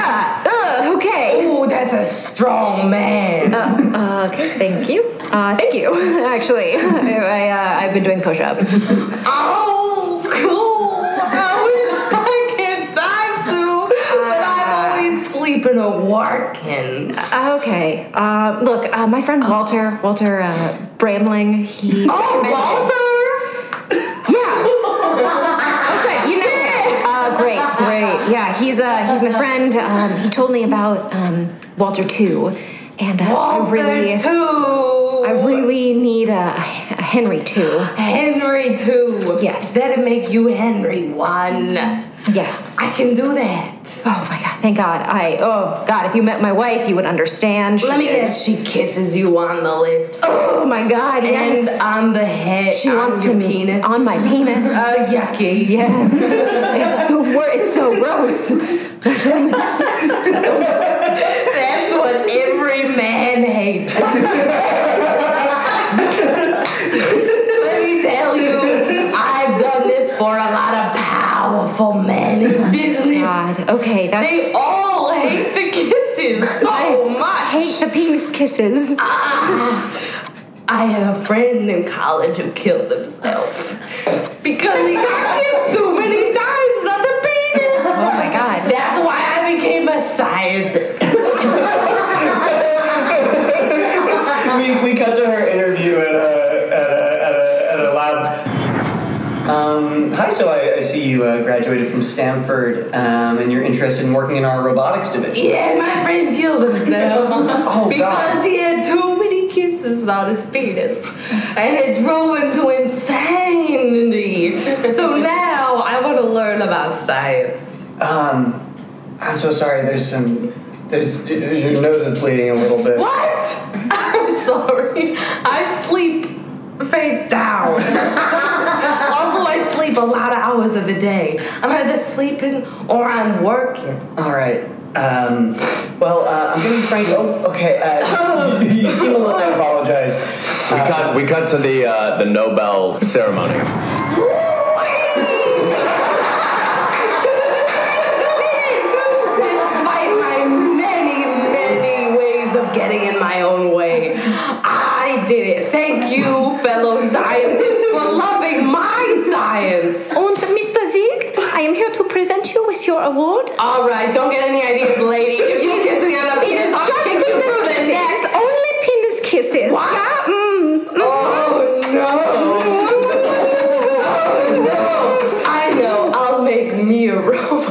[SPEAKER 11] Uh, okay.
[SPEAKER 6] Ooh, that's a strong man.
[SPEAKER 11] Uh, uh, thank you. Uh, thank you, actually. I, I, uh, I've been doing Uh, push ups.
[SPEAKER 6] Oh, cool. I wish I could dive too, but I'm always sleeping or working. Oh,
[SPEAKER 11] Okay. Uh, look, uh, my friend Walter, Walter uh, Bramling, he.
[SPEAKER 6] Oh,
[SPEAKER 11] Yeah. okay, you know him. Uh, great, great. Yeah, he's uh, he's my friend. Um, he told me about um, Walter too, and uh, I really, I really need a, a Henry too.
[SPEAKER 6] Henry two.
[SPEAKER 11] Yes.
[SPEAKER 6] That'll make you Henry one.
[SPEAKER 11] Yes.
[SPEAKER 6] I can do that.
[SPEAKER 11] Oh my God! Thank God. I oh God! If you met my wife, you would understand.
[SPEAKER 6] Let me
[SPEAKER 11] is-
[SPEAKER 6] guess. She kisses you on the lips.
[SPEAKER 11] Oh my God!
[SPEAKER 6] And
[SPEAKER 11] yes.
[SPEAKER 6] on the head.
[SPEAKER 11] She
[SPEAKER 6] on
[SPEAKER 11] wants to
[SPEAKER 6] your
[SPEAKER 11] me
[SPEAKER 6] penis.
[SPEAKER 11] on my penis.
[SPEAKER 6] Uh, yucky.
[SPEAKER 11] Yeah. it's the wor- It's so gross.
[SPEAKER 6] That's what every man hates. Let me tell you, I've done this for a lot of powerful men in
[SPEAKER 9] Oh,
[SPEAKER 6] business.
[SPEAKER 11] God. Okay, that's.
[SPEAKER 6] They all hate the kisses so much. Ah,
[SPEAKER 11] hate the penis kisses.
[SPEAKER 6] I had a friend in college who killed himself because he got kissed too many times on the penis.
[SPEAKER 11] Oh my God.
[SPEAKER 6] That's why I became a scientist.
[SPEAKER 7] we, we cut to her interview at a, at a, at a, at a lab. Um, hi, so I, I see you uh, graduated from Stanford um, and you're interested in working in our robotics division.
[SPEAKER 6] Yeah, my friend killed himself
[SPEAKER 7] Oh,
[SPEAKER 6] because
[SPEAKER 7] God.
[SPEAKER 6] he had too many kisses on his penis, and it drove him to insanity. So now I want to learn about science.
[SPEAKER 7] Um, I'm so sorry, there's some. There's, your nose is bleeding a little bit.
[SPEAKER 6] What? I'm sorry. I sleep face down. also, I sleep a lot of hours of the day. I'm either sleeping or I'm working.
[SPEAKER 7] All right. Um, well, uh, I'm gonna be frank. Oh, okay. Uh, you, you seem a little. I apologize.
[SPEAKER 12] We cut. We cut to the uh, the Nobel ceremony.
[SPEAKER 6] guys of getting in my own way. I did it. Thank you, fellow scientists, for loving my science.
[SPEAKER 9] And Mr. Zieg, I am here to present you with your award.
[SPEAKER 6] All right, don't get any ideas, lady. If you kiss me on the
[SPEAKER 9] It is
[SPEAKER 6] penis, I'll
[SPEAKER 9] just
[SPEAKER 6] kick you
[SPEAKER 9] penis
[SPEAKER 6] through the
[SPEAKER 9] kisses.
[SPEAKER 6] neck.
[SPEAKER 9] Only penis kisses.
[SPEAKER 6] What?
[SPEAKER 9] Yeah, mm, mm.
[SPEAKER 6] Oh no! I know. I'll make me a robot.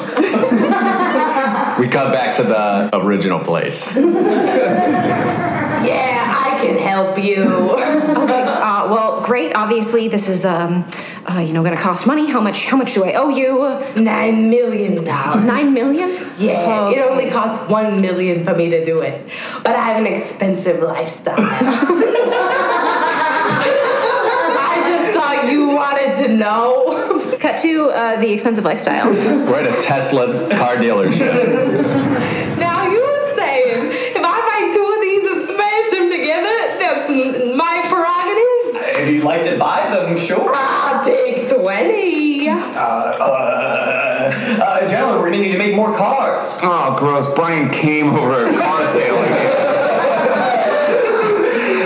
[SPEAKER 12] We cut back to the original place.
[SPEAKER 6] yeah, I can help you.
[SPEAKER 11] okay. Uh, well, great. Obviously, this is um, uh, you know, going to cost money. How much? How much do I owe you?
[SPEAKER 6] Nine million dollars.
[SPEAKER 11] Nine million? Oh,
[SPEAKER 6] Yeah,
[SPEAKER 11] Okay.
[SPEAKER 6] it only costs one million for me to do it, but I have an expensive lifestyle. I just thought you wanted to know.
[SPEAKER 11] Cut to uh, the expensive lifestyle.
[SPEAKER 12] We're at a Tesla car dealership.
[SPEAKER 6] Now you were saying if I buy two of these and smash them together, that's n- my prerogative.
[SPEAKER 7] If you'd like to buy them, sure.
[SPEAKER 6] I'll take twenty.
[SPEAKER 7] Uh, uh, uh, gentlemen, we're gonna need to make more cars.
[SPEAKER 8] Oh, gross. Brian came over a car sale again.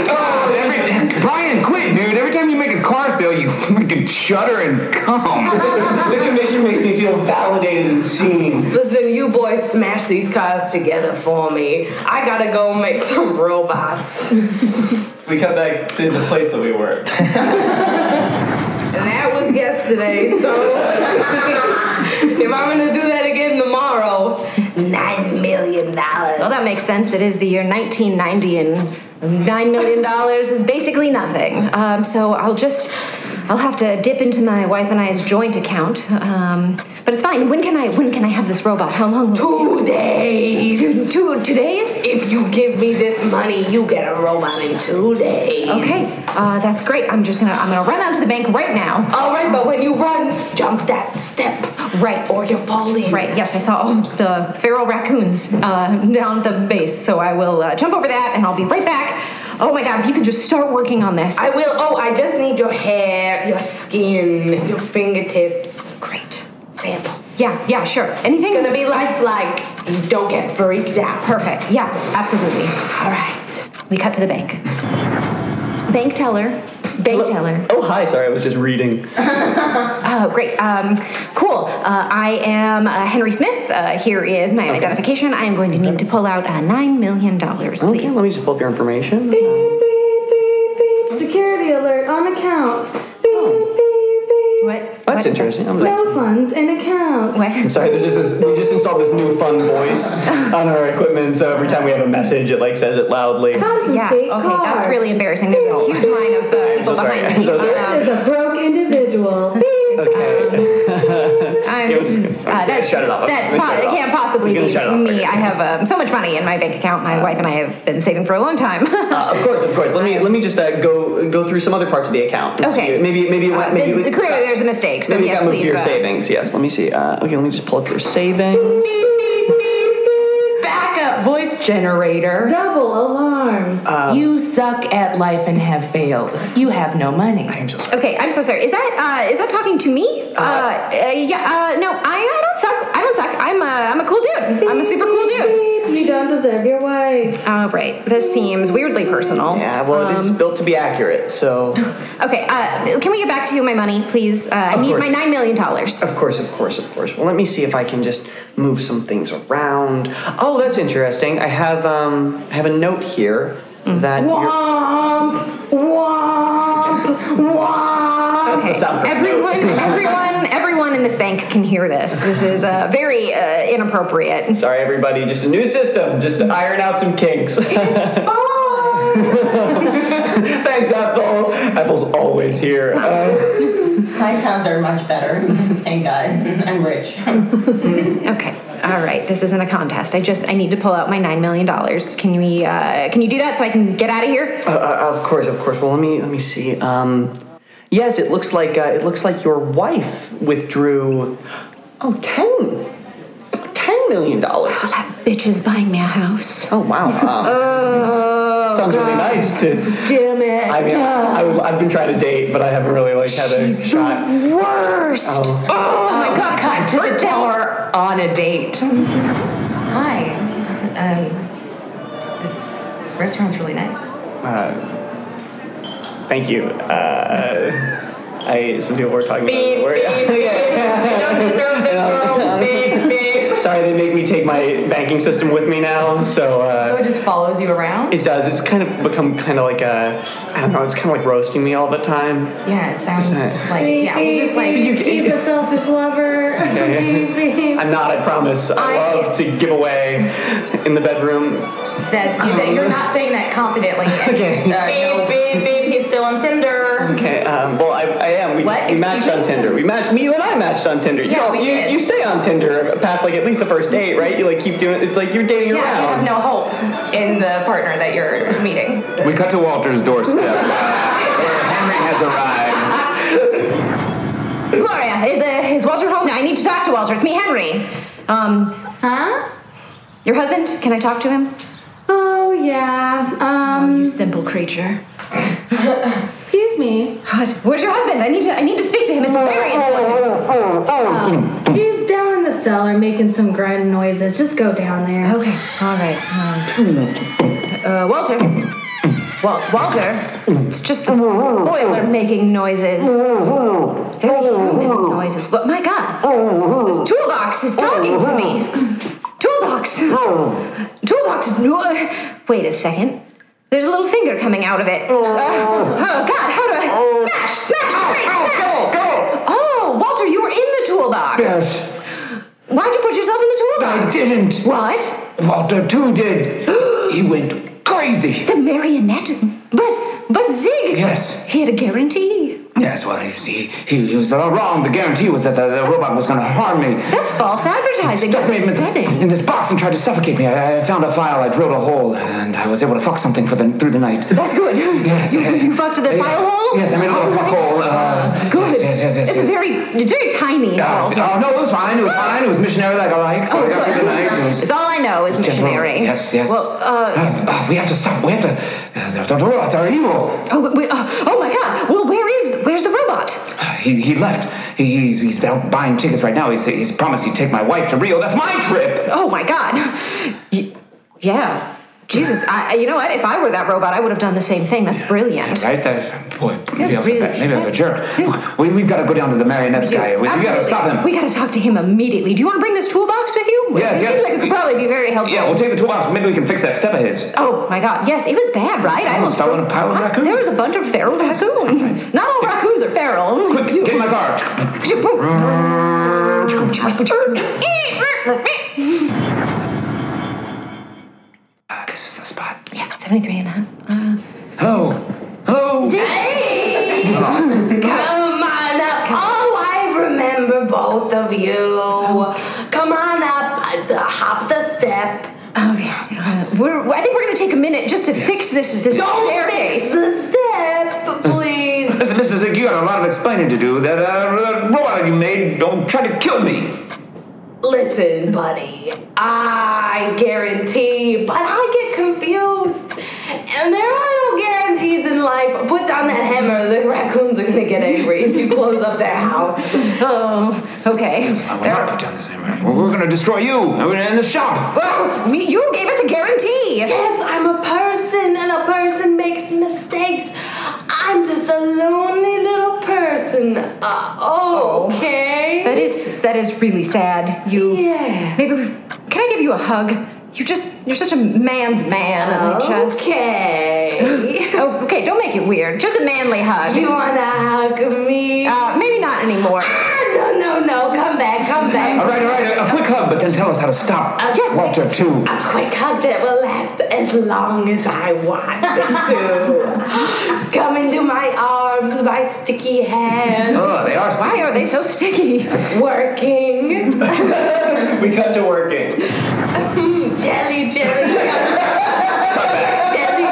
[SPEAKER 8] Oh, every- Brian, quit, dude. Every time you make a car sale, you freaking shudder and come.
[SPEAKER 7] the commission makes me feel validated and seen.
[SPEAKER 6] Listen, you boys smash these cars together for me. I gotta go make some robots.
[SPEAKER 7] We cut back to the place that we were.
[SPEAKER 6] And that was yesterday, so if I'm gonna do that again tomorrow, nine million dollars.
[SPEAKER 11] Well, that makes sense. It is the year 1990, and nine million dollars is basically nothing. Um, so I'll just, I'll have to dip into my wife and I's joint account. Um, but it's fine. When can I? When can I have this robot? How long? Will
[SPEAKER 6] Two days.
[SPEAKER 11] Two, two, two days.
[SPEAKER 6] If you give me this money, you get a robot in two days.
[SPEAKER 11] Okay, uh, that's great. I'm just gonna, I'm gonna run out to the bank right now.
[SPEAKER 6] All right, but when you run, jump that step.
[SPEAKER 11] Right.
[SPEAKER 6] Or you're falling.
[SPEAKER 11] Right. Yes, I saw all the feral raccoons uh, down the base, so I will uh, jump over that, and I'll be right back. Oh my God! If you could just start working on this.
[SPEAKER 6] I will. Oh, I just need your hair, your skin, your fingertips.
[SPEAKER 11] Great.
[SPEAKER 6] Sample.
[SPEAKER 11] Yeah, yeah, sure. Anything?
[SPEAKER 6] It's gonna be lifelike. You don't get freaked out.
[SPEAKER 11] Perfect. Yeah, absolutely.
[SPEAKER 6] All right.
[SPEAKER 11] We cut to the bank. Bank teller. Bank teller.
[SPEAKER 7] Oh, hi. Sorry, I was just reading.
[SPEAKER 11] Oh, great. Um, cool. Uh, I am uh, Henry Smith. Uh, here is my identification. I am going to need to pull out uh, $9 million, please.
[SPEAKER 7] Okay, let me just pull up your information.
[SPEAKER 9] Security alert on account.
[SPEAKER 11] What?
[SPEAKER 7] That's interesting. Oh. I'm,
[SPEAKER 9] No funds in account.
[SPEAKER 7] I'm sorry. There's just this, we just installed this new fun voice on our equipment, so every time we have a message, it like says it loudly.
[SPEAKER 11] Yeah, okay, that's really embarrassing. There's a huge line of uh, people
[SPEAKER 7] so sorry.
[SPEAKER 11] behind me.
[SPEAKER 7] So sorry.
[SPEAKER 11] Um,
[SPEAKER 9] Is a broke individual.
[SPEAKER 11] Um, I'm,
[SPEAKER 7] It was-
[SPEAKER 11] this is,
[SPEAKER 7] I was
[SPEAKER 11] uh,
[SPEAKER 7] gonna
[SPEAKER 11] that's,
[SPEAKER 7] shut it off. I was
[SPEAKER 11] That,
[SPEAKER 7] gonna shut
[SPEAKER 11] po-
[SPEAKER 7] it
[SPEAKER 11] it
[SPEAKER 7] off.
[SPEAKER 11] can't possibly
[SPEAKER 7] You're
[SPEAKER 11] be
[SPEAKER 7] gonna shut it off.
[SPEAKER 11] me. I have um, so much money in my bank account. My wife and I have been saving for a long time.
[SPEAKER 7] Uh, of course, of course. Let me let me just uh, go go through some other parts of the account. and
[SPEAKER 11] Okay.
[SPEAKER 7] see- Maybe maybe what
[SPEAKER 11] Uh,
[SPEAKER 7] maybe
[SPEAKER 11] this-
[SPEAKER 7] we-
[SPEAKER 11] clearly there's a mistake. So
[SPEAKER 7] maybe it
[SPEAKER 11] yes,
[SPEAKER 7] got moved
[SPEAKER 11] please.
[SPEAKER 7] to your
[SPEAKER 11] uh,
[SPEAKER 7] savings. Yes. Let me see. Uh, okay. Let me just pull up your savings.
[SPEAKER 6] Backup
[SPEAKER 16] voice generator. Double alarm. you suck at life and have failed. You have no money. I am so
[SPEAKER 11] Okay, I'm so sorry. Is that uh, is that talking to me? Uh, uh, yeah. Uh, no, I, I don't suck. I don't suck. I'm a, I'm a cool dude. I'm a super cool dude.
[SPEAKER 9] You don't deserve your wife.
[SPEAKER 11] All right. This seems weirdly personal.
[SPEAKER 7] Yeah. Well, it is
[SPEAKER 11] Um,
[SPEAKER 7] built to be accurate, so.
[SPEAKER 11] Okay. Uh, can we get back to my money, please? Uh, I
[SPEAKER 7] Of
[SPEAKER 11] need
[SPEAKER 7] course.
[SPEAKER 11] my nine million dollars.
[SPEAKER 7] Of course, of course, of course. Well, let me see if I can just move some things around. Oh, that's interesting. I have um, I have a note here
[SPEAKER 11] Mm-hmm.
[SPEAKER 7] that. You're,
[SPEAKER 9] Womp, Um, womp, womp.
[SPEAKER 11] Okay. Everyone, everyone, everyone in this bank can hear this. This is uh, very uh, inappropriate.
[SPEAKER 7] sorry, everybody. Just a new system, just to iron out some kinks. Thanks, Apple. Apple's always here. Uh,
[SPEAKER 17] My sounds are much better. Thank God. I'm rich.
[SPEAKER 11] Okay. All right. This isn't a contest. I just I need to pull out my nine million dollars. Can we? Uh, can you do that so I can get out of here?
[SPEAKER 7] uh, uh, of course, of course. Well, let me let me see. Um, yes, it looks like uh, it looks like your wife withdrew. Oh, ten. $10 million. Oh,
[SPEAKER 11] that bitch is buying me a house.
[SPEAKER 7] Oh, wow. Um,
[SPEAKER 11] Oh,
[SPEAKER 7] uh, sounds really nice to
[SPEAKER 11] Damn it.
[SPEAKER 7] I mean, I, I, have been trying to date, but I haven't really like had a shot.
[SPEAKER 11] Worst.
[SPEAKER 7] Oh.
[SPEAKER 11] my god. Cut
[SPEAKER 16] to the teller on a date. Hi. Um,
[SPEAKER 4] Restaurant's really nice.
[SPEAKER 7] Uh, thank you. Uh, I some people were talking about. Were, sorry, they make me take my banking system with me now. So. Uh,
[SPEAKER 4] So it just follows you around?
[SPEAKER 7] It does. It's kind of become kind of like a, I don't know. It's kind of like roasting me all the time.
[SPEAKER 4] Yeah, it sounds
[SPEAKER 7] Isn't it?
[SPEAKER 4] like yeah, we'll just like
[SPEAKER 13] he's a selfish lover.
[SPEAKER 7] Okay. I'm not. I promise. I, love to give away in the bedroom.
[SPEAKER 4] that, that you're not saying that confidently. okay. Uh,
[SPEAKER 13] Babe, babe, he's still on Tinder.
[SPEAKER 7] Okay. Um, well, I, I am. We,
[SPEAKER 13] What?
[SPEAKER 7] we matched on Tinder. We matched. You and I matched on Tinder.
[SPEAKER 4] Yeah, we
[SPEAKER 7] you, you,
[SPEAKER 4] did.
[SPEAKER 7] you stay on Tinder past like at least the first date, right? You like keep doing. It's like you're dating
[SPEAKER 4] yeah, you have
[SPEAKER 7] around.
[SPEAKER 4] no hope in the partner that you're meeting.
[SPEAKER 18] We cut to Walter's doorstep, uh, where Henry has arrived.
[SPEAKER 11] Gloria, is, uh, is Walter home? I need to talk to Walter. It's me, Henry. Um, huh? Your husband? Can I talk to him?
[SPEAKER 13] Oh yeah. Um.
[SPEAKER 11] you simple creature. Uh,
[SPEAKER 13] Excuse me.
[SPEAKER 11] God, where's your husband? I need to. I need to speak to him. It's very
[SPEAKER 15] Oh,
[SPEAKER 11] important.
[SPEAKER 13] Um, he's down in the cellar making some grind noises. Just go down there.
[SPEAKER 11] Okay. All right. um, Uh, Walter. Well, Walter. It's just the boiler making noises. Very human noises. But my God, this toolbox is talking to me. Toolbox. Toolbox. no- uh, Wait a second. There's a little finger coming out of it. Uh, oh God! How do I smash? Smash! Great, smash! Oh, Walter, you were in the toolbox.
[SPEAKER 8] Yes.
[SPEAKER 11] Why'd you put yourself in the toolbox?
[SPEAKER 8] I didn't.
[SPEAKER 11] What?
[SPEAKER 8] Walter too did. he went crazy.
[SPEAKER 11] The marionette? But but Zig
[SPEAKER 8] Yes.
[SPEAKER 11] He had a guarantee.
[SPEAKER 8] Yes, well, he, he, he, was all wrong. The guarantee was that the, the robot was going to harm me.
[SPEAKER 11] That's false advertising.
[SPEAKER 8] Stuffed
[SPEAKER 11] That's
[SPEAKER 8] me in,
[SPEAKER 11] upsetting.
[SPEAKER 8] the- in this box and tried to suffocate me. I, I found a file. I drilled a hole, and I was able to fuck something for the, through the night.
[SPEAKER 11] That's good.
[SPEAKER 8] Yes.
[SPEAKER 11] You, you fucked the file hole?
[SPEAKER 8] Yes, I made a little fuck hole. Uh,
[SPEAKER 11] Good.
[SPEAKER 8] Yes, yes, yes, yes,
[SPEAKER 11] it's
[SPEAKER 8] yes.
[SPEAKER 11] a very it's very tiny.
[SPEAKER 8] Oh,
[SPEAKER 11] hole. Ah. Oh,
[SPEAKER 8] oh, no, it was fine. It was fine. It was missionary like I like, so I got through the night. It was
[SPEAKER 11] It's all I know is
[SPEAKER 8] gentle.
[SPEAKER 11] missionary.
[SPEAKER 8] Yes, yes.
[SPEAKER 11] Well, uh,
[SPEAKER 8] Yes, oh, we have to stop. We have to. Uh, the, the robots are evil.
[SPEAKER 11] oh, wait, oh, oh my God. Well, where is where's the robot?
[SPEAKER 8] He, he left. He, he's, he's out buying tickets right now. He's, he's promised he'd take my wife to Rio. That's my trip.
[SPEAKER 11] Oh my God. Y- yeah. Jesus, I, I- you know what? If I were that robot, I would have done the same thing. That's brilliant.
[SPEAKER 8] Right? That, boy, maybe I was, a,
[SPEAKER 11] really-
[SPEAKER 8] ba- maybe I was a jerk. Look, we, we've got to go down to the marionettes guy. We, we got to
[SPEAKER 11] Absolutely.
[SPEAKER 8] stop him.
[SPEAKER 11] We gotta talk to him immediately. Do you want to bring this toolbox with you?
[SPEAKER 8] Yes,
[SPEAKER 11] it
[SPEAKER 8] yes.
[SPEAKER 11] Seems like it could probably be very helpful.
[SPEAKER 8] yeah, we'll take the toolbox. Maybe we can fix that step of his.
[SPEAKER 11] Oh my God! Yes, it was bad, right? I
[SPEAKER 8] almost fell in a pile of raccoons.
[SPEAKER 11] There was a bunch of feral raccoons. Not all raccoons are feral. Quick,
[SPEAKER 8] get in my car. this is the spot.
[SPEAKER 11] Yeah, seventy-three and a half. Uh,
[SPEAKER 8] Hello. Hello.
[SPEAKER 11] Come
[SPEAKER 6] on up. Oh, I remember both of you. Come on up. Uh, Hop the step.
[SPEAKER 11] oh yeah. Uh, we're, I think we're gonna take a minute just to fix this this staircase.
[SPEAKER 6] Step, please.
[SPEAKER 8] Listen, Mr. Zig, you got a lot of explaining to do. That, uh, that robot you made don't try to kill me.
[SPEAKER 6] Listen, buddy, I guarantee, but I get confused. And there are no guarantees in life. Put down that hammer, the raccoons are gonna get angry if you close up their house.
[SPEAKER 11] Oh, okay.
[SPEAKER 8] I will not put down this hammer. We're, we're going to destroy you. and We're going to end the shop.
[SPEAKER 11] Well, we, you gave us a guarantee.
[SPEAKER 6] Yes, I'm a person, and a person makes mistakes. I'm just a lonely little person. Uh, okay.
[SPEAKER 11] Oh. That is that is really sad. You. Yeah. Maybe we, can I give you a hug? You just you're such a man's man. and I just-
[SPEAKER 6] Okay.
[SPEAKER 11] oh, okay. Don't make it weird. Just a manly hug.
[SPEAKER 6] You wanna hug me? Ah,
[SPEAKER 11] Uh, maybe not anymore.
[SPEAKER 6] no, no, no. Come back, come back.
[SPEAKER 8] All right, all right. A, a quick hug, but then tell us how to stop
[SPEAKER 6] Uh, yes.
[SPEAKER 8] Walter, too.
[SPEAKER 6] A quick hug that will last as long as I want it to. Come into my arms, my sticky hands.
[SPEAKER 8] Oh, they are sticky.
[SPEAKER 11] Why are they so sticky?
[SPEAKER 6] Working.
[SPEAKER 7] we cut to working.
[SPEAKER 6] jelly, jelly. jelly,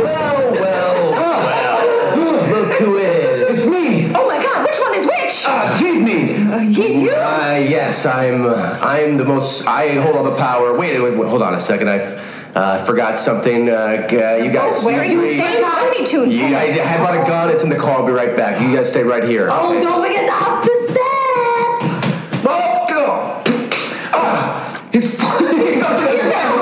[SPEAKER 8] well, well,
[SPEAKER 15] Hmm.
[SPEAKER 8] well. Look who is. It's me.
[SPEAKER 11] Oh my God! Which one is which?
[SPEAKER 8] Uh,
[SPEAKER 10] Ah,
[SPEAKER 8] he's me.
[SPEAKER 11] he's you.
[SPEAKER 10] Uh, yes, I'm. Uh, I'm the most. I hold all the power. Wait, wait, wait hold on a second. I uh, forgot something. Uh, g- uh, you guys.
[SPEAKER 11] Oh, Where are you
[SPEAKER 10] really-
[SPEAKER 11] saying Looney Tunes?
[SPEAKER 10] You, I, I bought a gun. It's in the car. I'll be right back. You guys stay right here.
[SPEAKER 6] Oh, don't forget the hop the step.
[SPEAKER 8] Oh, God. Ah, he's, he's, all busted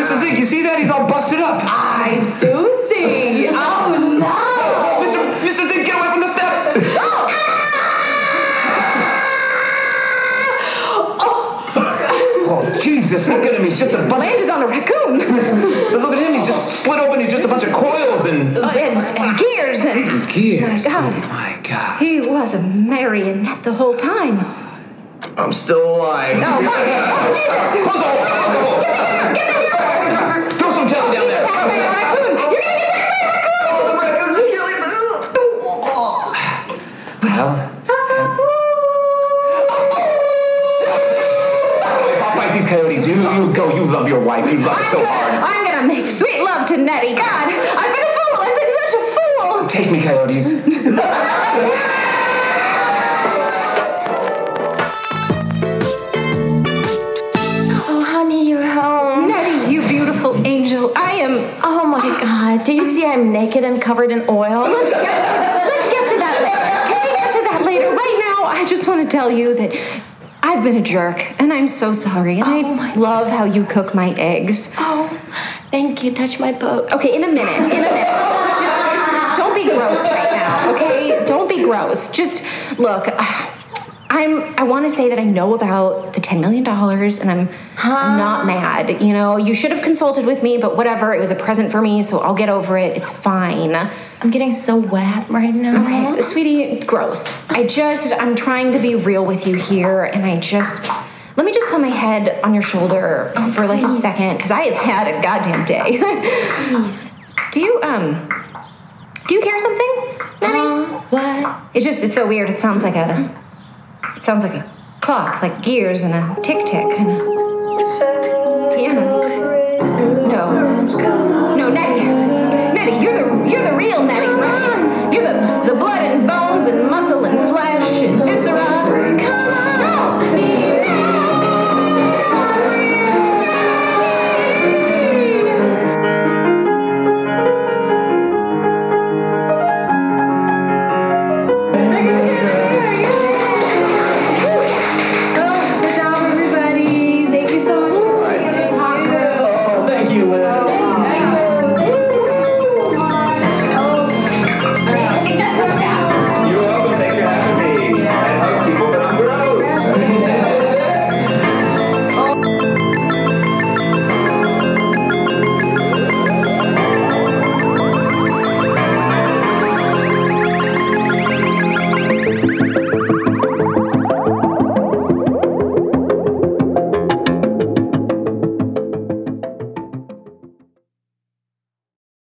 [SPEAKER 8] Mr. Zink, you see that? He's all busted up. I
[SPEAKER 6] do see. Oh no!
[SPEAKER 8] Mr. Mr. Zink, get away from the step! Oh, Jesus, look at him. He's just a bunch
[SPEAKER 11] Landed on a raccoon.
[SPEAKER 8] But look at him. He's just split open. He's just a bunch of coils and.
[SPEAKER 11] and, and gears and
[SPEAKER 8] Gears.
[SPEAKER 11] My God.
[SPEAKER 8] my God.
[SPEAKER 11] He was a marionette the whole time.
[SPEAKER 8] I'm still alive.
[SPEAKER 11] No, why?
[SPEAKER 8] Close the hole. Throw some jelly down there. Well, I'll fight these coyotes. You, you go. You love your wife. You love her so hard.
[SPEAKER 11] I'm gonna make sweet love to Nettie. God, I've been a fool. I've been such a fool.
[SPEAKER 8] Take me, coyotes.
[SPEAKER 13] Oh, honey, you're home.
[SPEAKER 11] Nettie, you beautiful angel. I am.
[SPEAKER 13] Oh my God. Do you see I'm naked and covered in oil?
[SPEAKER 11] Let's get, let's get to that later. Can we get to that later? Right now, I just want to tell you that I've been a jerk, and I'm so sorry. And I love how you cook my eggs.
[SPEAKER 13] Oh, thank you. Touch my boobs.
[SPEAKER 11] Okay, in a minute. In a minute. Just don't be gross right now, okay? Don't be gross. Just look. I'm. I want to say that I know about the ten million dollars, and I'm, I'm not mad. You know, you should have consulted with me, but whatever. It was a present for me, so I'll get over it. It's fine.
[SPEAKER 13] I'm getting so wet right now.
[SPEAKER 11] Okay, sweetie, gross. I just. I'm trying to be real with you here, and I just. Let me just put my head on your shoulder for like a second, because I have had a goddamn day. Do you um? Do you hear something, Nanny?
[SPEAKER 13] what?
[SPEAKER 11] It's just. It's so weird. It sounds like a. It sounds like a clock, like gears and a tick tick and a piano. No, no, Nettie, Nettie, you're the you're the real Nettie, Nettie. You're the the blood and bones and muscle
[SPEAKER 7] Oh,